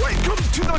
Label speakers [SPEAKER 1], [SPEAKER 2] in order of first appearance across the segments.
[SPEAKER 1] Welcome to the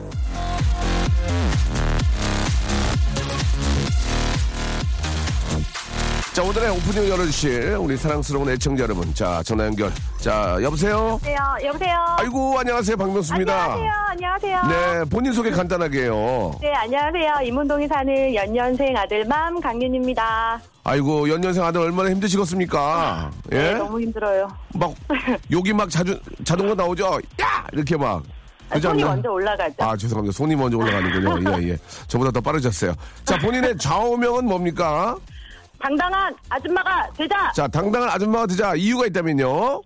[SPEAKER 1] 자 오늘의 오프닝 열어주실 우리 사랑스러운 애청자 여러분, 자 전화 연결. 자 여보세요.
[SPEAKER 2] 여보세요. 여보세요.
[SPEAKER 1] 아이고 안녕하세요 박명수입니다.
[SPEAKER 2] 안녕하세요. 안녕하세요.
[SPEAKER 1] 네, 본인 소개 간단하게 해요.
[SPEAKER 2] 네, 안녕하세요. 이문동에 사는 연년생 아들 맘 강윤입니다.
[SPEAKER 1] 아이고, 연년생 아들 얼마나 힘드시겠습니까? 예?
[SPEAKER 2] 네, 너무 힘들어요.
[SPEAKER 1] 막, 욕이 막 자주, 자동으로 나오죠? 야! 이렇게 막.
[SPEAKER 2] 아, 손이 먼저 올라가죠.
[SPEAKER 1] 아, 죄송합니다. 손이 먼저 올라가는군요. 예, 예. 저보다 더 빠르셨어요. 자, 본인의 좌우명은 뭡니까?
[SPEAKER 2] 당당한 아줌마가 되자.
[SPEAKER 1] 자, 당당한 아줌마가 되자 이유가 있다면요?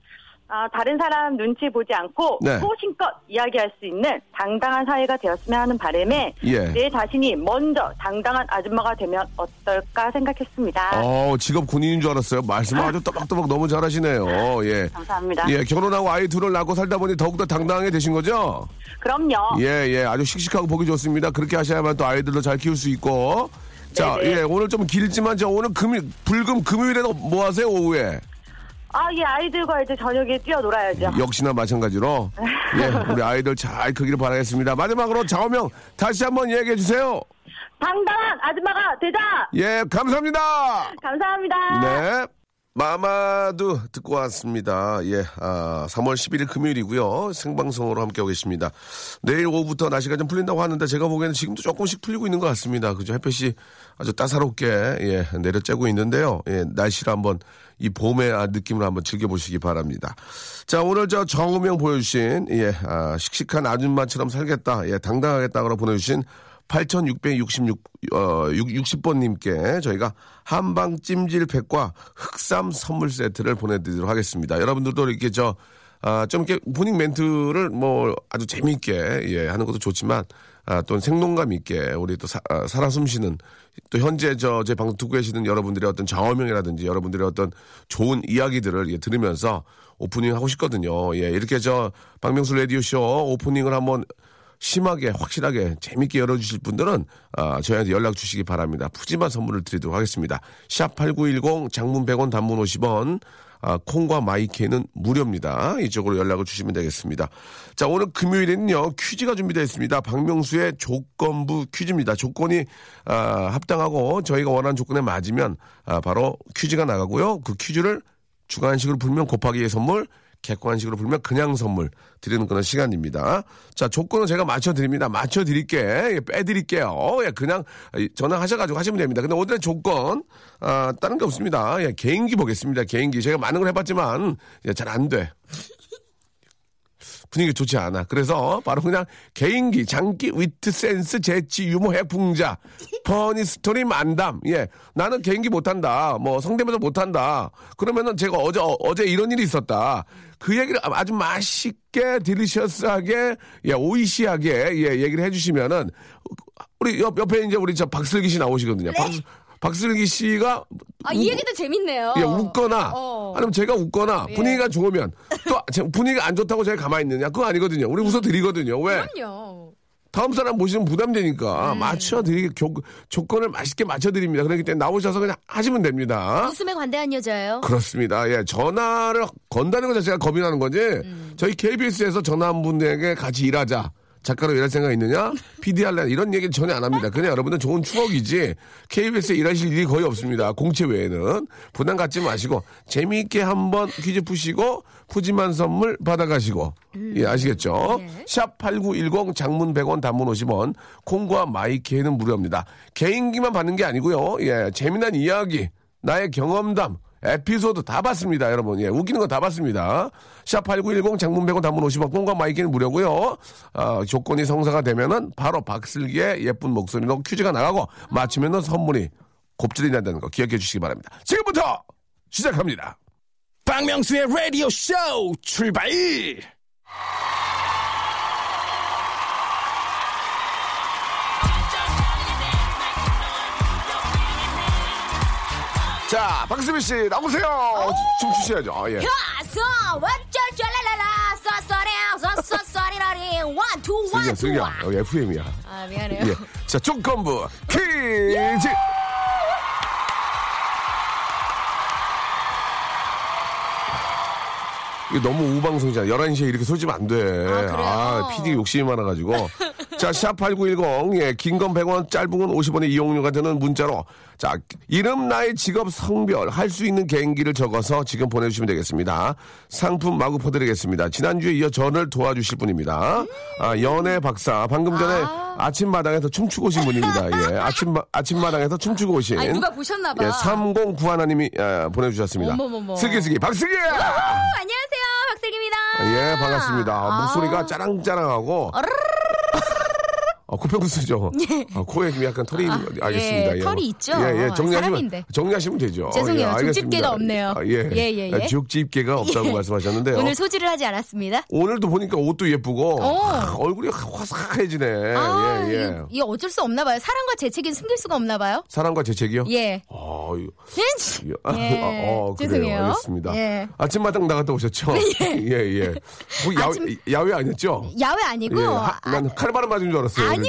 [SPEAKER 2] 아, 다른 사람 눈치 보지 않고
[SPEAKER 1] 네.
[SPEAKER 2] 소신껏 이야기할 수 있는 당당한 사회가 되었으면 하는 바람에
[SPEAKER 1] 예.
[SPEAKER 2] 내 자신이 먼저 당당한 아줌마가 되면 어떨까 생각했습니다.
[SPEAKER 1] 어, 직업 군인인 줄 알았어요. 말씀 아주 또박또박 너무 잘하시네요. 예.
[SPEAKER 2] 감사합니다.
[SPEAKER 1] 예, 결혼하고 아이 둘을 낳고 살다 보니 더욱더 당당하게 되신 거죠?
[SPEAKER 2] 그럼요.
[SPEAKER 1] 예, 예. 아주 씩씩하고 보기 좋습니다. 그렇게 하셔야만 또 아이들도 잘 키울 수 있고. 자,
[SPEAKER 2] 네네.
[SPEAKER 1] 예. 오늘 좀 길지만 저 오늘 금일, 불금 금요일에는 뭐 하세요, 오후에?
[SPEAKER 2] 아, 예, 아이들과 이제 저녁에 뛰어놀아야죠.
[SPEAKER 1] 역시나 마찬가지로. 예. 우리 아이들 잘 크기를 바라겠습니다. 마지막으로 자오명 다시 한번 얘기해 주세요.
[SPEAKER 2] 당당한 아줌마가 되자.
[SPEAKER 1] 예, 감사합니다.
[SPEAKER 2] 감사합니다.
[SPEAKER 1] 네. 마마두 듣고 왔습니다. 예, 아, 3월 11일 금요일이고요. 생방송으로 함께하고 계십니다. 내일 오후부터 날씨가 좀 풀린다고 하는데 제가 보기에는 지금도 조금씩 풀리고 있는 것 같습니다. 그죠? 햇볕이 아주 따사롭게 예, 내려쬐고 있는데요. 예, 날씨를 한번 이 봄의 아, 느낌을 한번 즐겨보시기 바랍니다. 자, 오늘 저 정우명 보여주신 예, 아, 씩씩한 아줌마처럼 살겠다. 예, 당당하겠다고 보내주신 8,666, 어, 60번님께 저희가 한방 찜질팩과 흑삼 선물 세트를 보내드리도록 하겠습니다. 여러분들도 이렇게 저, 아, 좀 이렇게 본인 멘트를 뭐 아주 재미있게, 예, 하는 것도 좋지만, 아, 또 생동감 있게 우리 또 사, 아, 살아 숨쉬는 또 현재 저 제 방송 듣고 계시는 여러분들의 어떤 좌우명이라든지 여러분들의 어떤 좋은 이야기들을 예, 들으면서 오프닝 하고 싶거든요. 예, 이렇게 저 박명수 라디오쇼 오프닝을 한번 심하게 확실하게 재밌게 열어주실 분들은 아, 저희한테 연락 주시기 바랍니다. 푸짐한 선물을 드리도록 하겠습니다. 샵 8910 장문 100원 단문 50원 아, 콩과 마이케는 무료입니다. 이쪽으로 연락을 주시면 되겠습니다. 자 오늘 금요일에는요 퀴즈가 준비되어 있습니다. 박명수의 조건부 퀴즈입니다. 조건이 아, 합당하고 저희가 원하는 조건에 맞으면 아, 바로 퀴즈가 나가고요. 그 퀴즈를 주관식으로 풀면 곱하기의 선물, 객관식으로 풀면 그냥 선물 드리는 그런 시간입니다. 자, 조건은 제가 맞춰드립니다. 맞춰드릴게. 예, 빼드릴게요. 예, 그냥 이, 전화하셔가지고 하시면 됩니다. 근데 오늘의 조건, 아, 다른 게 없습니다. 예, 개인기 보겠습니다. 개인기. 제가 많은 걸 해봤지만, 예, 잘 안 돼. 분위기 좋지 않아. 그래서 바로 그냥 개인기, 장기, 위트, 센스, 재치, 유머, 해풍자, 퍼니 스토리, 만담. 예, 나는 개인기 못한다. 뭐 성대모사 못한다. 그러면은 제가 어제 어, 어제 이런 일이 있었다. 그 얘기를 아주 맛있게 딜리셔스하게 예, 오이시하게 예, 얘기를 해주시면은 우리 옆, 옆에 이제 우리 저 박슬기 씨 나오시거든요. 박슬- 박슬기 씨가
[SPEAKER 3] 아, 이 얘기도 재밌네요.
[SPEAKER 1] 예, 웃거나
[SPEAKER 3] 어.
[SPEAKER 1] 아니면 제가 웃거나 분위기가 좋으면 또 제- 분위기가 안 좋다고 제가 가만히 있느냐 그거 아니거든요. 우리 웃어 드리거든요. 왜?
[SPEAKER 3] 그럼요. 음.
[SPEAKER 1] 다음 사람 보시면 부담되니까 맞춰 드리 조건을 맛있게 맞춰 드립니다. 그렇기 때문에 나오셔서 그냥 하시면 됩니다.
[SPEAKER 3] 웃음에 관대한 여자예요.
[SPEAKER 1] 그렇습니다. 예, 음. 전화를 건다는 것 자체가 겁이 나는 거지. 저희 KBS에서 전화 한 분에게 같이 일하자. 작가로 일할 생각 있느냐? PD 할래? 이런 얘기는 전혀 안 합니다. 그냥 여러분들 좋은 추억이지 KBS에 일하실 일이 거의 없습니다. 공채 외에는 부담 갖지 마시고 재미있게 한번 퀴즈 푸시고 푸짐한 선물 받아가시고 예 아시겠죠? 샵 8910 장문 100원 단문 50원 콩과 마이키에는 무료입니다. 개인기만 받는 게 아니고요. 예 재미난 이야기 나의 경험담 에피소드 다 봤습니다, 여러분. 예, 웃기는 거 다 봤습니다. 샵8910 장문 100원 단문 50원 꽁과 마이크는 무료고요. 아, 조건이 성사가 되면은 바로 박슬기의 예쁜 목소리로 퀴즈가 나가고 맞히면은 선물이 곱절이 난다는 거 기억해 주시기 바랍니다. 지금부터 시작합니다.
[SPEAKER 4] 박명수의 라디오 쇼 출발!
[SPEAKER 1] 자, 박슬기 씨 나오세요.
[SPEAKER 3] 어?
[SPEAKER 1] 춤 추셔야죠. 아, 예.
[SPEAKER 3] 쏴, 왓쩔, 쩔랄랄라, 쏴, 쏴랴, 쏴, 쏴, 쏴리라리, 원, 투,
[SPEAKER 1] 슬기야,
[SPEAKER 3] 원, 투,
[SPEAKER 1] 슬기야.
[SPEAKER 3] 원.
[SPEAKER 1] 어, FM이야.
[SPEAKER 3] 아, 미안해요.
[SPEAKER 1] 예. 자, 조건부 퀴즈. 이게 너무 우방송이잖아. 11시에 이렇게 솔지면안 돼.
[SPEAKER 3] 아, 그래요?
[SPEAKER 1] PD 가 욕심이 많아가지고. 자, 샵8910. 예, 긴 건 100원, 짧은 건 50원의 이용료가 드는 문자로. 자, 이름, 나이, 직업, 성별, 할 수 있는 개인기를 적어서 지금 보내주시면 되겠습니다. 상품 마구 퍼드리겠습니다. 지난주에 이어 저를 도와주실 분입니다. 아, 연애 박사. 방금 전에 아. 침마당에서 춤추고 오신 분입니다. 예, 아침, 아침마당에서 춤추고 오신.
[SPEAKER 3] 아니, 누가 보셨나봐.
[SPEAKER 1] 예, 309 하나님이 예, 보내주셨습니다.
[SPEAKER 3] 어머머머.
[SPEAKER 1] 슬기슬기, 박슬기야!
[SPEAKER 3] 어, 안녕하세요, 박슬기입니다.
[SPEAKER 1] 예, 반갑습니다.
[SPEAKER 3] 아.
[SPEAKER 1] 목소리가 짜랑짜랑하고. 어, 코평수죠. 아, 코에 지금 약간 털이 있는 거 알겠습니다.
[SPEAKER 3] 예, 털이 있죠.
[SPEAKER 1] 예, 예, 정리하시면,
[SPEAKER 3] 사람인데.
[SPEAKER 1] 정리하시면 되죠.
[SPEAKER 3] 죄송해요.
[SPEAKER 1] 예,
[SPEAKER 3] 족집게가
[SPEAKER 1] 알겠습니다.
[SPEAKER 3] 없네요.
[SPEAKER 1] 아, 예.
[SPEAKER 3] 예, 예, 예.
[SPEAKER 1] 아, 족집게가 없다고 말씀하셨는데요.
[SPEAKER 3] 오늘 소지를 하지 않았습니다.
[SPEAKER 1] 오늘... 도 보니까 옷도 예쁘고
[SPEAKER 3] 오.
[SPEAKER 1] 아, 얼굴이 화사해지네.
[SPEAKER 3] 아,
[SPEAKER 1] 예, 예.
[SPEAKER 3] 이거, 이거 어쩔 수 없나 봐요. 사랑과 재채기는 숨길 수가 없나 봐요.
[SPEAKER 1] 사랑과 재채기요?
[SPEAKER 3] 예.
[SPEAKER 1] 아, 이거-
[SPEAKER 3] 예.
[SPEAKER 1] 아, 아, 어, 그래요.
[SPEAKER 3] 죄송해요.
[SPEAKER 1] 알겠습니다.
[SPEAKER 3] 예.
[SPEAKER 1] 아침마당 나갔다 오셨죠? 예, 예. 거기 야외,
[SPEAKER 3] 아침-
[SPEAKER 1] 야외 아니었죠?
[SPEAKER 3] 야외 아니고
[SPEAKER 1] 예, 하- 난 칼바람 맞은 줄 알았어요.
[SPEAKER 3] 아니에요.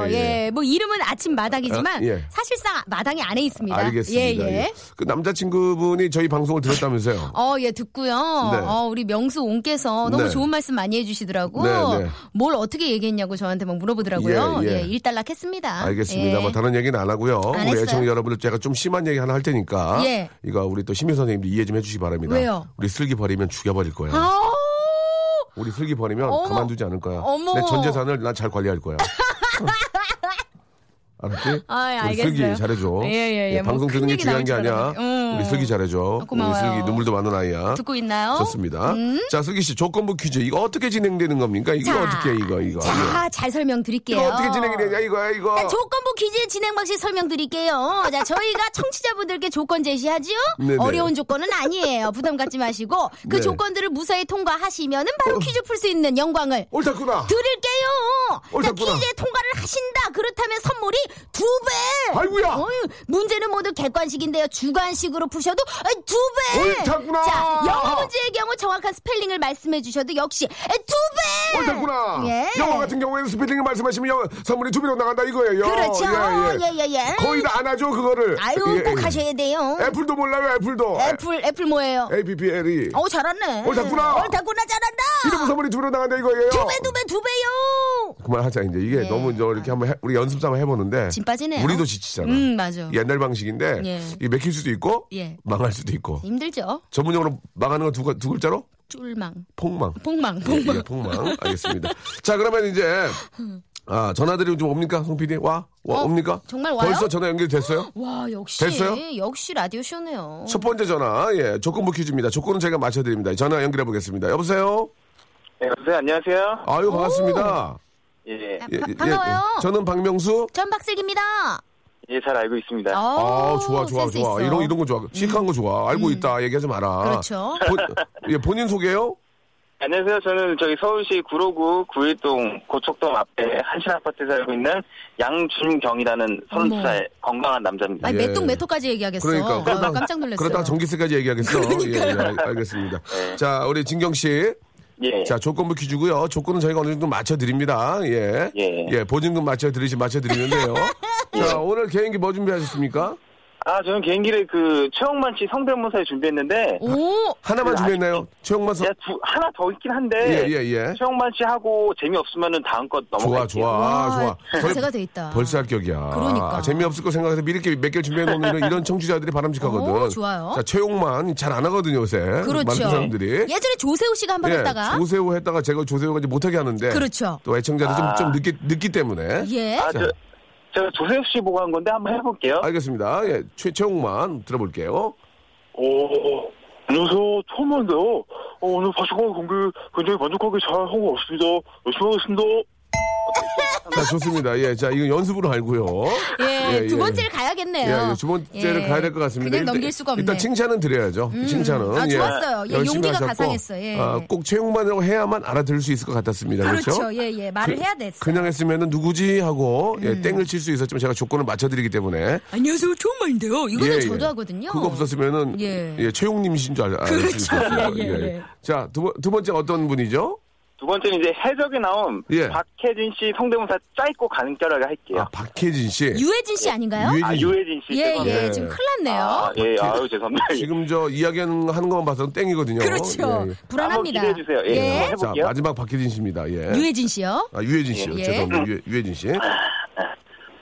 [SPEAKER 1] 그래서.
[SPEAKER 3] 예, 뭐 이름은 아침 마당이지만
[SPEAKER 1] 아, 예.
[SPEAKER 3] 사실상 마당이 안에 있습니다.
[SPEAKER 1] 알겠습니다.
[SPEAKER 3] 예, 예.
[SPEAKER 1] 예. 그 남자친구분이 저희 방송을 들었다면서요.
[SPEAKER 3] 어, 예, 듣고요.
[SPEAKER 1] 네.
[SPEAKER 3] 어, 우리 명수 옹께서 너무
[SPEAKER 1] 네.
[SPEAKER 3] 좋은 말씀 많이 해주시더라고.
[SPEAKER 1] 네, 네.
[SPEAKER 3] 뭘 어떻게 얘기했냐고 저한테 막 물어보더라고요.
[SPEAKER 1] 예, 예.
[SPEAKER 3] 예, 일단락했습니다.
[SPEAKER 1] 알겠습니다.
[SPEAKER 3] 예.
[SPEAKER 1] 뭐 다른 얘기는 안 하고요.
[SPEAKER 3] 안
[SPEAKER 1] 우리
[SPEAKER 3] 했어요.
[SPEAKER 1] 애청 여러분들 제가 좀 심한 얘기 하나 할 테니까
[SPEAKER 3] 예.
[SPEAKER 1] 이거 우리 또 심유 선생님도 이해 좀 해주시기 바랍니다.
[SPEAKER 3] 왜요?
[SPEAKER 1] 우리 슬기 버리면 죽여버릴 거야.
[SPEAKER 3] 아우,
[SPEAKER 1] 우리 슬기 버리면
[SPEAKER 3] 어머.
[SPEAKER 1] 가만두지 않을 거야.
[SPEAKER 3] 어머.
[SPEAKER 1] 내 전 재산을 난 잘 관리할 거야. 알았지?
[SPEAKER 3] 아,
[SPEAKER 1] 우리
[SPEAKER 3] 알겠어요.
[SPEAKER 1] 슬기 잘해줘.
[SPEAKER 3] 예, 예, 예. 뭐
[SPEAKER 1] 방송
[SPEAKER 3] 큰
[SPEAKER 1] 듣는 게
[SPEAKER 3] 얘기
[SPEAKER 1] 중요한
[SPEAKER 3] 나올
[SPEAKER 1] 게
[SPEAKER 3] 줄
[SPEAKER 1] 아니야.
[SPEAKER 3] 알았는데. 음.
[SPEAKER 1] 우리 슬기 잘해줘.
[SPEAKER 3] 고마워요.
[SPEAKER 1] 우리 슬기 눈물도 많은 아이야.
[SPEAKER 3] 듣고 있나요?
[SPEAKER 1] 좋습니다. 자, 슬기 씨 조건부 퀴즈 이거 어떻게 진행되는 겁니까? 이거
[SPEAKER 3] 음? 자.
[SPEAKER 1] 어떻게 이거 이거
[SPEAKER 3] 자, 잘 설명드릴게요.
[SPEAKER 1] 이거 어떻게 진행이 되냐 이거야 이거.
[SPEAKER 3] 자, 조건부 퀴즈의 진행 방식 설명드릴게요. 자, 저희가 청취자분들께 조건 제시하지요?
[SPEAKER 1] 네네.
[SPEAKER 3] 어려운 조건은 아니에요. 부담 갖지 마시고 그
[SPEAKER 1] 네. 어.
[SPEAKER 3] 조건들을 무사히 통과하시면은 바로 퀴즈 풀 수 있는 영광을
[SPEAKER 1] 옳다구나.
[SPEAKER 3] 드릴게요.
[SPEAKER 1] 어,
[SPEAKER 3] 자,
[SPEAKER 1] 됐구나.
[SPEAKER 3] 퀴즈에 통과를 하신다. 그렇다면 선물이 두 배.
[SPEAKER 1] 아이고야.
[SPEAKER 3] 어휴, 문제는 모두 객관식인데요. 주관식으로 푸셔도 어, 두 배.
[SPEAKER 1] 옳다구나.
[SPEAKER 3] 자, 영어 문제의 경우 정확한 스펠링을 말씀해 주셔도 역시 어, 두 배.
[SPEAKER 1] 옳다구나.
[SPEAKER 3] 예.
[SPEAKER 1] 영어 같은 경우에는 스피딩을 말씀하시면 영어 선물이 두 배로 나간다 이거예요.
[SPEAKER 3] 그렇죠.
[SPEAKER 1] 예, 예.
[SPEAKER 3] 예, 예, 예.
[SPEAKER 1] 거의 다 안 하죠 그거를.
[SPEAKER 3] 아유,
[SPEAKER 1] 예,
[SPEAKER 3] 꼭
[SPEAKER 1] 예.
[SPEAKER 3] 하셔야 돼요.
[SPEAKER 1] 애플도 몰라요 애플도.
[SPEAKER 3] 애플, 애플 뭐예요?
[SPEAKER 1] APPL이.
[SPEAKER 3] 어 잘하네.
[SPEAKER 1] 옳다구나.
[SPEAKER 3] 옳다구나,
[SPEAKER 1] 이름
[SPEAKER 3] 잘한다.
[SPEAKER 1] E. 선물이 두 배로 나간다 이거예요.
[SPEAKER 3] 두 배, 두 배, 두 배요.
[SPEAKER 1] 그만하자 이제 이게
[SPEAKER 3] 예.
[SPEAKER 1] 너무 저 이렇게 한번 해- 우리 연습 삼아 해보는데
[SPEAKER 3] 진 빠지네요.
[SPEAKER 1] 우리도 지치잖아.
[SPEAKER 3] 음, 맞아.
[SPEAKER 1] 옛날 방식인데
[SPEAKER 3] 예.
[SPEAKER 1] 이게 맥힐 수도 있고
[SPEAKER 3] 예.
[SPEAKER 1] 망할 수도 있고
[SPEAKER 3] 힘들죠?
[SPEAKER 1] 전문용어로 망하는 건 두 글자로
[SPEAKER 3] 쫄망.
[SPEAKER 1] 폭망.
[SPEAKER 3] 폭망,
[SPEAKER 1] 예,
[SPEAKER 3] 폭망.
[SPEAKER 1] 예, 폭망. 알겠습니다. 자 그러면 이제 아 전화들이 좀 옵니까 송 PD 와, 와
[SPEAKER 3] 어,
[SPEAKER 1] 옵니까?
[SPEAKER 3] 정말 와요?
[SPEAKER 1] 벌써 전화 연결됐어요?
[SPEAKER 3] 와, 역시.
[SPEAKER 1] 됐어요?
[SPEAKER 3] 역시 라디오 쇼네요.
[SPEAKER 1] 첫 번째 전화 예 조건부 퀴즈입니다. 조건은 제가 맞춰드립니다. 전화 연결해 보겠습니다. 여보세요.
[SPEAKER 5] 네, 여보세요. 안녕하세요.
[SPEAKER 1] 아유 반갑습니다.
[SPEAKER 5] 예,
[SPEAKER 3] 아,
[SPEAKER 1] 예,
[SPEAKER 3] 바-
[SPEAKER 1] 예,
[SPEAKER 3] 반가워요.
[SPEAKER 1] 예. 저는 박명수.
[SPEAKER 3] 전 박슬기입니다.
[SPEAKER 5] 예, 잘 알고 있습니다.
[SPEAKER 1] 아,
[SPEAKER 3] 어,
[SPEAKER 1] 좋아, 좋아,
[SPEAKER 3] 센스
[SPEAKER 1] 좋아.
[SPEAKER 3] 있어. 음.
[SPEAKER 1] 이런, 이런 거 좋아. 시크한 거 좋아. 알고 있다. 얘기하지 마라.
[SPEAKER 3] 그렇죠.
[SPEAKER 1] 본, 예, 본인 소개요?
[SPEAKER 5] 안녕하세요. 저는 저기 서울시 구로구 구일동 고척동 앞에 한신 아파트에 살고 있는 양준경이라는 30살 건강한 남자입니다.
[SPEAKER 3] 네. 아니,
[SPEAKER 1] 예.
[SPEAKER 3] 메똥 메토까지 얘기하겠어.
[SPEAKER 1] 그러니까.
[SPEAKER 3] 아,
[SPEAKER 1] 그러다-
[SPEAKER 3] 깜짝 놀랐어요.
[SPEAKER 1] 그렇다가 전기세까지 얘기하겠어. 예, 예, 알- 알겠습니다. 자, 우리 진경 씨.
[SPEAKER 5] 예.
[SPEAKER 1] 자, 조건부 퀴즈고요. 조건은 저희가 어느 정도 맞춰드립니다. 예.
[SPEAKER 5] 예.
[SPEAKER 1] 보증금 맞춰드리시, 맞춰드리는데요. 자, 오늘 개인기 뭐 준비하셨습니까?
[SPEAKER 5] 아, 저는 개인기를 그 최영만 씨 성대모사에 준비했는데
[SPEAKER 3] 오,
[SPEAKER 1] 하나만
[SPEAKER 5] 그
[SPEAKER 1] 준비했나요? 최영만 선.
[SPEAKER 5] 제가 두, 하나 더 있긴 한데
[SPEAKER 1] 예예 예.
[SPEAKER 5] 최영만 씨 하고 재미없으면은 다음 거
[SPEAKER 1] 좋아
[SPEAKER 5] 넘어갈게요.
[SPEAKER 1] 좋아
[SPEAKER 3] 와,
[SPEAKER 1] 좋아. 벌-
[SPEAKER 3] 자세가 돼 있다.
[SPEAKER 1] 벌써 합격이야.
[SPEAKER 3] 그러니까.
[SPEAKER 1] 아, 재미없을 거 생각해서 미리 이렇게 몇 개를 준비해 놓는 이런, 이런 청취자들이 바람직하거든.
[SPEAKER 3] 오, 좋아요.
[SPEAKER 1] 자, 채용만 잘 안 하거든요, 요새. 많은
[SPEAKER 3] 그렇죠.
[SPEAKER 1] 사람들이.
[SPEAKER 3] 예전에 조세호 씨가 한 번 했다가
[SPEAKER 1] 조세호 했다가 제가 조세호가 이제 못하게 하는데.
[SPEAKER 3] 그렇죠.
[SPEAKER 1] 또 애청자들 좀,
[SPEAKER 5] 아.
[SPEAKER 1] 좀 늦기, 늦기 때문에.
[SPEAKER 3] 예.
[SPEAKER 5] 아, 저,
[SPEAKER 1] 자.
[SPEAKER 5] 제가 조세호 씨 보고 한 건데 한번 해볼게요.
[SPEAKER 1] 알겠습니다. 예, 최, 채용만 들어볼게요.
[SPEAKER 5] 어, 안녕하세요. 처음 봤는데요. 어, 오늘 바둑권 공개 굉장히 만족하게 잘 하고 왔습니다. 열심히 하겠습니다.
[SPEAKER 1] 자, 좋습니다. 예, 자, 이거 연습으로 알고요.
[SPEAKER 3] 예,
[SPEAKER 1] 예,
[SPEAKER 3] 두
[SPEAKER 1] 예.
[SPEAKER 3] 번째를 가야겠네요.
[SPEAKER 1] 예, 예, 두 번째를
[SPEAKER 3] 예.
[SPEAKER 1] 가야 될 것 같습니다.
[SPEAKER 3] 그냥 넘길 수가 없네.
[SPEAKER 1] 일단 칭찬은 드려야죠. 칭찬은.
[SPEAKER 3] 아, 좋았어요. 예,
[SPEAKER 1] 열심히
[SPEAKER 3] 용기가
[SPEAKER 1] 하셨고,
[SPEAKER 3] 가상했어. 예.
[SPEAKER 1] 아, 꼭 채용만이라고 해야만 알아들을 수 있을 것 같았습니다. 그렇죠?
[SPEAKER 3] 그렇죠. 예, 예. 말을 해야 됐어.
[SPEAKER 1] 그냥 했으면 은 누구지 하고
[SPEAKER 3] 음.
[SPEAKER 1] 예, 땡을 칠 수 있었지만 제가 조건을 맞춰드리기 때문에
[SPEAKER 3] 안녕하세요. 좋은 말인데요. 이거는
[SPEAKER 1] 예, 예.
[SPEAKER 3] 저도 하거든요.
[SPEAKER 1] 그거 없었으면은 예,
[SPEAKER 3] 예. 그렇죠.
[SPEAKER 1] 최용님이신 줄 알, 알수 있었어요. 예, 예. 자두 번- 두 번째 어떤 분이죠?
[SPEAKER 5] 두 번째는 이제 해적에 나온
[SPEAKER 1] 예.
[SPEAKER 5] 박혜진 씨 성대모사 짧고 간결하게 할게요.
[SPEAKER 1] 아 박혜진 씨,
[SPEAKER 3] 유해진 씨 아닌가요?
[SPEAKER 1] 유해진
[SPEAKER 5] 예. 아,
[SPEAKER 1] 씨.
[SPEAKER 5] 유혜진 씨.
[SPEAKER 3] 예,
[SPEAKER 5] 죄송합니다.
[SPEAKER 3] 예, 지금 큰일 났네요.
[SPEAKER 5] 아, 예, 아유, 죄송합니다.
[SPEAKER 1] 어? 지금 저 이야기하는 하는 것만 봐서는 땡이거든요.
[SPEAKER 3] 그렇죠.
[SPEAKER 1] 예, 예.
[SPEAKER 3] 불안합니다.
[SPEAKER 5] 한번 기대해주세요. 예, 한번 해볼게요.
[SPEAKER 1] 자 마지막 박혜진 씨입니다. 예.
[SPEAKER 3] 유해진 씨요.
[SPEAKER 1] 아 유해진 씨요.
[SPEAKER 3] 예.
[SPEAKER 1] 죄송합니다. 유해, 유해진 씨.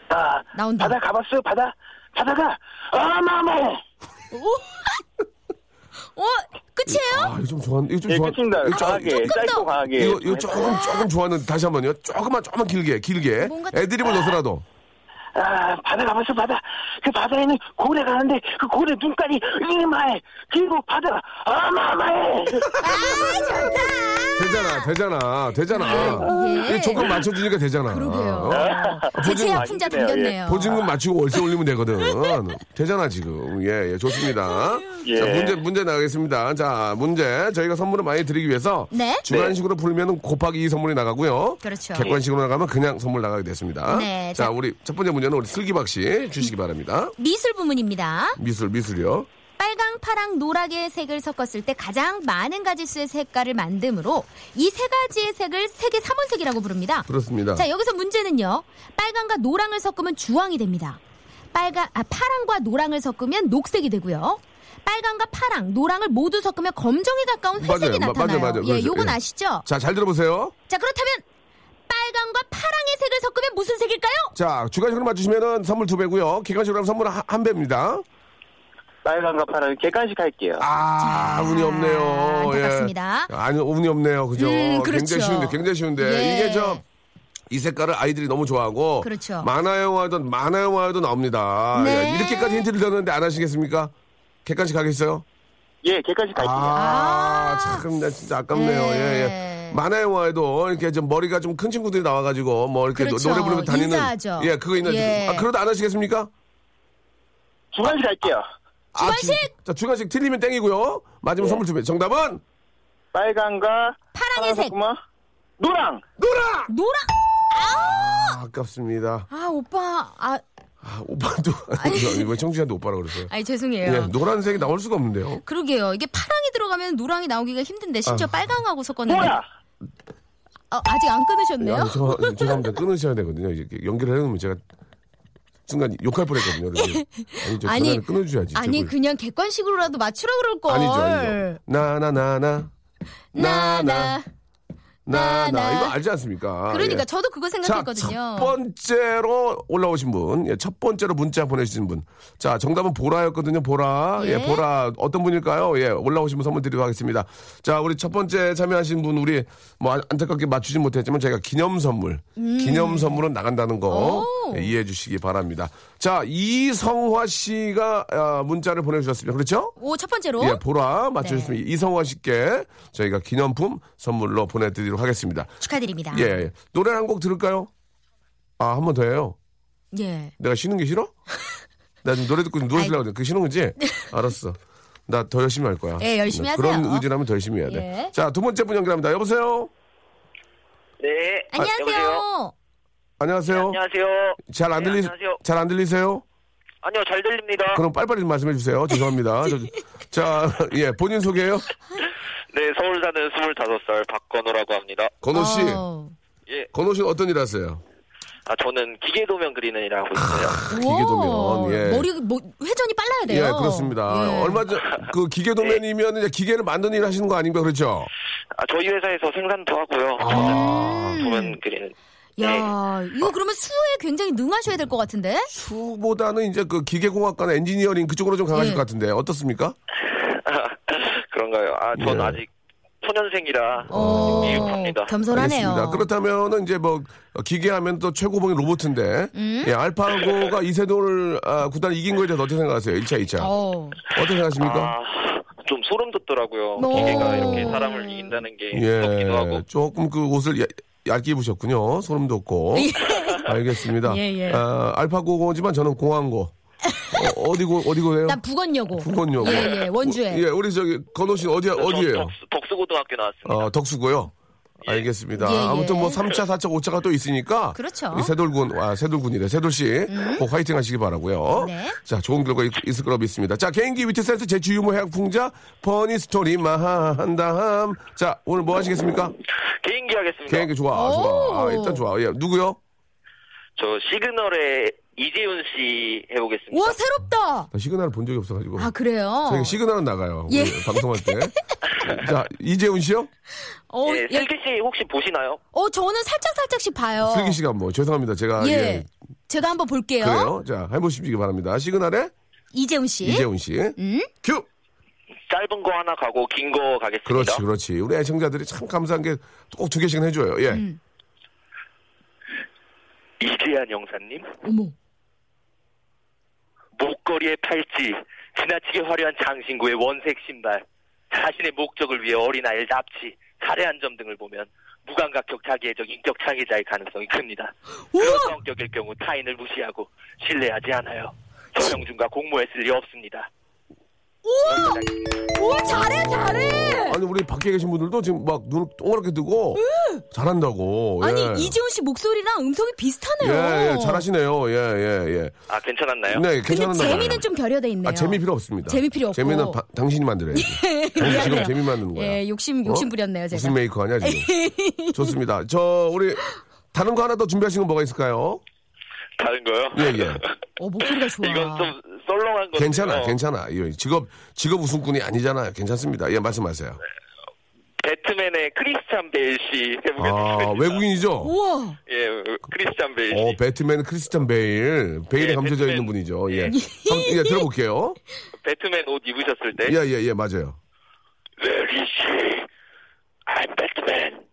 [SPEAKER 5] 아,
[SPEAKER 3] 나온다.
[SPEAKER 5] 바다 가봤어요, 바다. 바다가, 어마어마해!
[SPEAKER 3] 어, 끝이에요?
[SPEAKER 1] 아 이거 좀 좋아. 이거 좀
[SPEAKER 5] 예,
[SPEAKER 1] 좋아.
[SPEAKER 5] 끝입니다.
[SPEAKER 1] 이거 좀-
[SPEAKER 5] 강하게, 짧고 강하게.
[SPEAKER 1] 이거, 이거 조금 조금 좋아하는 다시 한번요. 조금만 조금만 길게 길게.
[SPEAKER 3] 뭔가 좀-
[SPEAKER 1] 애드립을 넣어서라도.
[SPEAKER 5] 아, 바다 가봤어, 바다. 그 바다에는 고래가 하는데, 그 고래 눈깔이 이마에, 그리고 바다가, 어마어마해!
[SPEAKER 1] 아, 예. 되잖아, 되잖아, 되잖아.
[SPEAKER 3] 예.
[SPEAKER 1] 이게 조건 맞춰주니까 되잖아.
[SPEAKER 3] 그러게요.
[SPEAKER 1] 어?
[SPEAKER 3] 제
[SPEAKER 1] 보증-
[SPEAKER 3] 제약품자
[SPEAKER 5] 맛있네요, 예.
[SPEAKER 3] 당겼네요.
[SPEAKER 1] 보증금 맞추고 월세 올리면 되거든. 되잖아, 지금. 예, 예, 좋습니다.
[SPEAKER 5] 예.
[SPEAKER 1] 자, 문제, 문제 나가겠습니다. 자, 문제. 저희가 선물을 많이 드리기 위해서.
[SPEAKER 3] 네?
[SPEAKER 1] 주관식으로 풀면 곱하기 2 선물이 나가고요.
[SPEAKER 3] 그렇죠.
[SPEAKER 1] 객관식으로 나가면 그냥 선물 나가게 됐습니다.
[SPEAKER 3] 네,
[SPEAKER 1] 자,
[SPEAKER 3] 자.
[SPEAKER 1] 우리 첫 번째 문제는 우리 슬기박 씨 주시기 바랍니다.
[SPEAKER 3] 미술 부문입니다.
[SPEAKER 1] 미술, 미술이요.
[SPEAKER 3] 빨강, 파랑, 노랑의 색을 섞었을 때 가장 많은 가지수의 색깔을 만듦으로 이 세 가지의 색을 색의 삼원색이라고 부릅니다.
[SPEAKER 1] 그렇습니다.
[SPEAKER 3] 자, 여기서 문제는요. 빨강과 노랑을 섞으면 주황이 됩니다. 빨강, 아, 파랑과 노랑을 섞으면 녹색이 되고요. 빨강과 파랑, 노랑을 모두 섞으면 검정에 가까운
[SPEAKER 1] 맞아요.
[SPEAKER 3] 회색이
[SPEAKER 1] 마-
[SPEAKER 3] 나타나요.
[SPEAKER 1] 맞아요. 맞아요.
[SPEAKER 3] 예,
[SPEAKER 1] 그렇죠.
[SPEAKER 3] 요건
[SPEAKER 1] 예.
[SPEAKER 3] 아시죠?
[SPEAKER 1] 자, 잘 들어보세요.
[SPEAKER 3] 자, 그렇다면 빨강과 파랑의 색을 섞으면 무슨 색일까요?
[SPEAKER 1] 자, 주관식으로 맞추시면은 선물 두 배고요. 객관식으로 하면 선물 한, 한 배입니다.
[SPEAKER 5] 빨간과 파란, 객관식 할게요.
[SPEAKER 1] 아, 운이 없네요.
[SPEAKER 3] 아, 안타깝습니다.
[SPEAKER 1] 예. 아니, 운이 없네요. 그죠?
[SPEAKER 3] 음, 그렇죠.
[SPEAKER 1] 굉장히 쉬운데, 굉장히 쉬운데.
[SPEAKER 3] 예.
[SPEAKER 1] 이게 저, 이 색깔을 아이들이 너무 좋아하고.
[SPEAKER 3] 그렇죠.
[SPEAKER 1] 만화영화든 만화영화에도 나옵니다.
[SPEAKER 3] 네.
[SPEAKER 1] 예, 이렇게까지 힌트를 드렸는데 안 하시겠습니까? 객관식 하겠어요?
[SPEAKER 5] 예, 객관식 할게요.
[SPEAKER 1] 아, 참, 나 진짜 아깝네요.
[SPEAKER 3] 네.
[SPEAKER 1] 예, 예. 만화영화에도 이렇게 좀 머리가 좀 큰 친구들이 나와가지고 뭐 이렇게 노-
[SPEAKER 3] 그렇죠.
[SPEAKER 1] 노래 부르면 다니는.
[SPEAKER 3] 인사하죠.
[SPEAKER 1] 예, 그거 있는.
[SPEAKER 3] 예.
[SPEAKER 1] 아, 그러다 안 하시겠습니까?
[SPEAKER 5] 주관식 할게요.
[SPEAKER 1] 아,
[SPEAKER 3] 주관식! 예.
[SPEAKER 1] 주- 자, 주관식 틀리면 땡이고요. 마지막 선물 두 배. 정답은?
[SPEAKER 5] 빨강과
[SPEAKER 3] 파랑의 색,
[SPEAKER 5] 파란색구만 노랑!
[SPEAKER 1] 노라!
[SPEAKER 3] 노랑. 아우!
[SPEAKER 1] 아, 아깝습니다.
[SPEAKER 3] 아, 오빠. 아,
[SPEAKER 1] 아, 오빠도 아니, 왜 청취자한테 오빠라고 그러세요?
[SPEAKER 3] 아니 죄송해요.
[SPEAKER 1] 예, 노란색이 나올 수가 없는데요.
[SPEAKER 3] 그러게요. 이게 파랑이 들어가면 노랑이 나오기가 힘든데 심지어
[SPEAKER 1] 아.
[SPEAKER 3] 빨강하고 섞었는데
[SPEAKER 5] 뭐야!
[SPEAKER 3] 아, 아직 안 끊으셨네요.
[SPEAKER 1] 아, 저, 죄송합니다. 끊으셔야 되거든요. 이렇게 연결을 해놓으면 제가 순간 욕할 뻔했거든요. 그래서 아니, 저 전화를 끊어줘야지.
[SPEAKER 3] 아니
[SPEAKER 1] 저걸.
[SPEAKER 3] 그냥 객관식으로라도 맞추라 그럴 걸.
[SPEAKER 1] 아니죠, 아니죠. 나나나나
[SPEAKER 3] 나나.
[SPEAKER 1] 나나
[SPEAKER 3] 나나.
[SPEAKER 1] 이거 알지 않습니까?
[SPEAKER 3] 그러니까
[SPEAKER 1] 예.
[SPEAKER 3] 저도 그거
[SPEAKER 1] 자,
[SPEAKER 3] 생각했거든요.
[SPEAKER 1] 첫 번째로 올라오신 분, 예, 첫 번째로 문자 보내주신 분. 자, 정답은 보라였거든요, 보라. 예,
[SPEAKER 3] 예.
[SPEAKER 1] 보라. 어떤 분일까요? 예, 올라오신 분 선물 드리도록 하겠습니다. 자, 우리 첫 번째 참여하신 분, 우리 뭐 안- 안타깝게 맞추진 못했지만 저희가 기념 선물, 기념 선물은 나간다는 거
[SPEAKER 3] 음. 오.
[SPEAKER 1] 예, 이해해 주시기 바랍니다. 자, 이성화 씨가 아, 문자를 보내주셨습니다. 그렇죠?
[SPEAKER 3] 오 첫 번째로
[SPEAKER 1] 예, 보라 맞추셨습니다.
[SPEAKER 3] 네.
[SPEAKER 1] 이성화 씨께 저희가 기념품 선물로 보내드리도록 하겠습니다.
[SPEAKER 3] 축하드립니다.
[SPEAKER 1] 예, 예. 노래 한 곡 들을까요? 아, 한 번 더 해요.
[SPEAKER 3] 예.
[SPEAKER 1] 내가 쉬는 게 싫어? 나 지금 노래 듣고 누워 있으려고 그래. 그게 싫은 거지? 알았어. 나 더 열심히 할 거야.
[SPEAKER 3] 예, 열심히
[SPEAKER 1] 그런
[SPEAKER 3] 하세요.
[SPEAKER 1] 의지라면 더 열심히 해야 돼.
[SPEAKER 3] 예.
[SPEAKER 1] 자, 두 번째 분 연결합니다. 여보세요?
[SPEAKER 5] 네.
[SPEAKER 1] 아,
[SPEAKER 3] 안녕하세요.
[SPEAKER 1] 네, 안녕하세요?
[SPEAKER 5] 안녕하세요.
[SPEAKER 1] 잘 안 들리, 잘 안 들리세요?
[SPEAKER 5] 아니요, 잘 들립니다.
[SPEAKER 1] 그럼 빨리빨리 좀 말씀해 주세요. 죄송합니다. 저- 자, 예, 본인 소개요.
[SPEAKER 5] 네, 서울 사는 25살 박건우라고 합니다.
[SPEAKER 1] 건호 씨.
[SPEAKER 3] 어,
[SPEAKER 5] 예.
[SPEAKER 1] 건호 씨는 어떤 일 하세요?
[SPEAKER 5] 아, 저는 기계도면 그리는 일을 하고 있어요.
[SPEAKER 1] 기계도면, 예.
[SPEAKER 3] 머리 뭐 회전이 빨라야
[SPEAKER 1] 예,
[SPEAKER 3] 돼요.
[SPEAKER 1] 그렇습니다.
[SPEAKER 3] 예.
[SPEAKER 1] 얼마 전, 그 기계도면이면 이제 기계를 만드는 일 하시는 거 아닙니까? 그렇죠?
[SPEAKER 5] 아, 저희 회사에서 생산도 하고요.
[SPEAKER 3] 음.
[SPEAKER 1] 아.
[SPEAKER 5] 저는 도면 그리는.
[SPEAKER 3] 야, 이거 그러면 수에 굉장히 능하셔야 될 것 같은데?
[SPEAKER 1] 수보다는 이제 그 기계공학과나 엔지니어링 그쪽으로 좀 강하실
[SPEAKER 3] 예.
[SPEAKER 1] 것 같은데, 어떻습니까?
[SPEAKER 5] 그런가요? 아, 전
[SPEAKER 1] 예.
[SPEAKER 5] 아직 소년생이라
[SPEAKER 3] 어,
[SPEAKER 5] 미흡합니다.
[SPEAKER 3] 겸손하네요.
[SPEAKER 1] 알겠습니다. 그렇다면은 이제 뭐 기계하면 또 최고봉이 로봇인데
[SPEAKER 3] 음?
[SPEAKER 1] 예, 알파고가 이세돌 아, 구단 이긴 거에 대해서 어떻게 생각하세요? 1차, 2차.
[SPEAKER 3] 어.
[SPEAKER 1] 어떻게 생각하십니까?
[SPEAKER 5] 아, 좀 소름 돋더라고요.
[SPEAKER 3] 오.
[SPEAKER 5] 기계가 이렇게 사람을 이긴다는 게 무섭기도 하고.
[SPEAKER 1] 예, 조금 그 옷을 야- 얇게 입으셨군요. 소름 돋고. 알겠습니다.
[SPEAKER 3] 예, 예.
[SPEAKER 1] 아, 알파고지만 저는 공항고. 어, 어디고 어디고예요?
[SPEAKER 3] 난 북원여고.
[SPEAKER 1] 북원요.
[SPEAKER 3] 예, 예, 원주에.
[SPEAKER 1] 예, 우리 저기 건호 씨 어디
[SPEAKER 5] 저
[SPEAKER 1] 어디예요?
[SPEAKER 5] 덕수, 고등학교 나왔습니다.
[SPEAKER 1] 어, 덕수고요. 알겠습니다.
[SPEAKER 3] 예, 예.
[SPEAKER 1] 아무튼 뭐 3차, 4차, 5차가 또 있으니까.
[SPEAKER 3] 그렇죠. 음.
[SPEAKER 1] 이 세돌군, 아, 세돌군이래. 세돌씨. 꼭 화이팅 하시기 바라고요
[SPEAKER 3] 네.
[SPEAKER 1] 자, 좋은 결과 있, 있을 거라 믿습니다. 자, 개인기 위트 센스 제주 유머 해학풍자 버니스토리 마한다함. 자, 오늘 뭐 하시겠습니까?
[SPEAKER 5] 개인기 하겠습니다.
[SPEAKER 1] 개인기 좋아. 아, 좋아.
[SPEAKER 3] 오.
[SPEAKER 1] 아, 일단 좋아. 예, 누구요?
[SPEAKER 5] 저 시그널의 이재훈 씨 해보겠습니다.
[SPEAKER 3] 우와, 새롭다!
[SPEAKER 1] 나 시그널 본 적이 없어가지고.
[SPEAKER 3] 아, 그래요?
[SPEAKER 1] 저희 시그널은 나가요.
[SPEAKER 3] 예.
[SPEAKER 1] 우리 방송할 때. 자, 이재훈 씨요?
[SPEAKER 3] 어,
[SPEAKER 5] 예,
[SPEAKER 3] 예.
[SPEAKER 5] 슬기 씨 혹시 보시나요?
[SPEAKER 3] 어, 저는 살짝살짝씩 봐요.
[SPEAKER 1] 슬기 씨가 뭐, 죄송합니다. 제가.
[SPEAKER 3] 어. 예. 어?
[SPEAKER 1] 예.
[SPEAKER 3] 제가 한번 볼게요.
[SPEAKER 1] 그래요. 자, 해보시기 바랍니다. 시그널의
[SPEAKER 3] 이재훈 씨.
[SPEAKER 1] 이재훈 씨.
[SPEAKER 3] 음?
[SPEAKER 1] 큐!
[SPEAKER 5] 짧은 거 하나 가고 긴 거 가겠습니다.
[SPEAKER 1] 그렇지, 그렇지. 우리 애청자들이 참 감사한 게 꼭 두 개씩은 해줘요. 예.
[SPEAKER 3] 음.
[SPEAKER 5] 이재한 영사님
[SPEAKER 3] 어머.
[SPEAKER 5] 목걸이에 팔찌 지나치게 화려한 장신구에 원색 신발 자신의 목적을 위해 어린아이를 납치 살해한 점 등을 보면 무감각적 자기애적 인격 창의자의 가능성이 큽니다. 그런 성격일 경우 타인을 무시하고 신뢰하지 않아요. 서명준과 공모했을 리 없습니다.
[SPEAKER 3] 우와, 잘해, 잘해!
[SPEAKER 1] 아니, 우리 밖에 계신 분들도 지금 막 눈을 동그랗게 뜨고 잘한다고. 예.
[SPEAKER 3] 음. 아니, 이재훈 씨 목소리랑 음성이 비슷하네요.
[SPEAKER 1] 예, 예, 잘하시네요. 예, 예,
[SPEAKER 5] 아 괜찮았나요?
[SPEAKER 1] 예. 네,
[SPEAKER 3] 근데
[SPEAKER 1] 괜찮은
[SPEAKER 3] 재미는 좀 결여돼 있네요.
[SPEAKER 1] 아, 재미 필요 없습니다.
[SPEAKER 3] 재미 필요 없고.
[SPEAKER 1] 재미는 바- 당신이 만들어야지. 당신 지금
[SPEAKER 3] 미안해요.
[SPEAKER 1] 재미 만드는 거야.
[SPEAKER 3] 예, 욕심, 욕심 부렸네요, 제가.
[SPEAKER 1] 어? 무슨 메이커 하냐, 지금. 좋습니다. 저, 우리, 다른 거 하나 더 준비하신 건 뭐가 있을까요?
[SPEAKER 5] 다른 거요?
[SPEAKER 1] 예, 예.
[SPEAKER 3] 어, 목소리가 좋아.
[SPEAKER 5] 이건 좀 썰렁한 거
[SPEAKER 1] 괜찮아, 괜찮아. 예, 직업, 직업 우승꾼이 아니잖아요. 괜찮습니다. 예, 말씀하세요.
[SPEAKER 5] 배트맨의 크리스찬 베일 씨 해보겠습니다.
[SPEAKER 1] 아, 외국인이죠?
[SPEAKER 3] 우와.
[SPEAKER 5] 예, 크리스찬 베일 씨.
[SPEAKER 1] 어, 배트맨은 크리스찬 베일. 베일에
[SPEAKER 5] 예,
[SPEAKER 1] 감춰져
[SPEAKER 5] 배트맨. 네.
[SPEAKER 1] 있는 분이죠. 예. 한번, 예, 들어볼게요.
[SPEAKER 5] 배트맨 옷 입으셨을 때
[SPEAKER 1] 예, 예, 예, 맞아요.
[SPEAKER 5] Where is she? I'm Batman.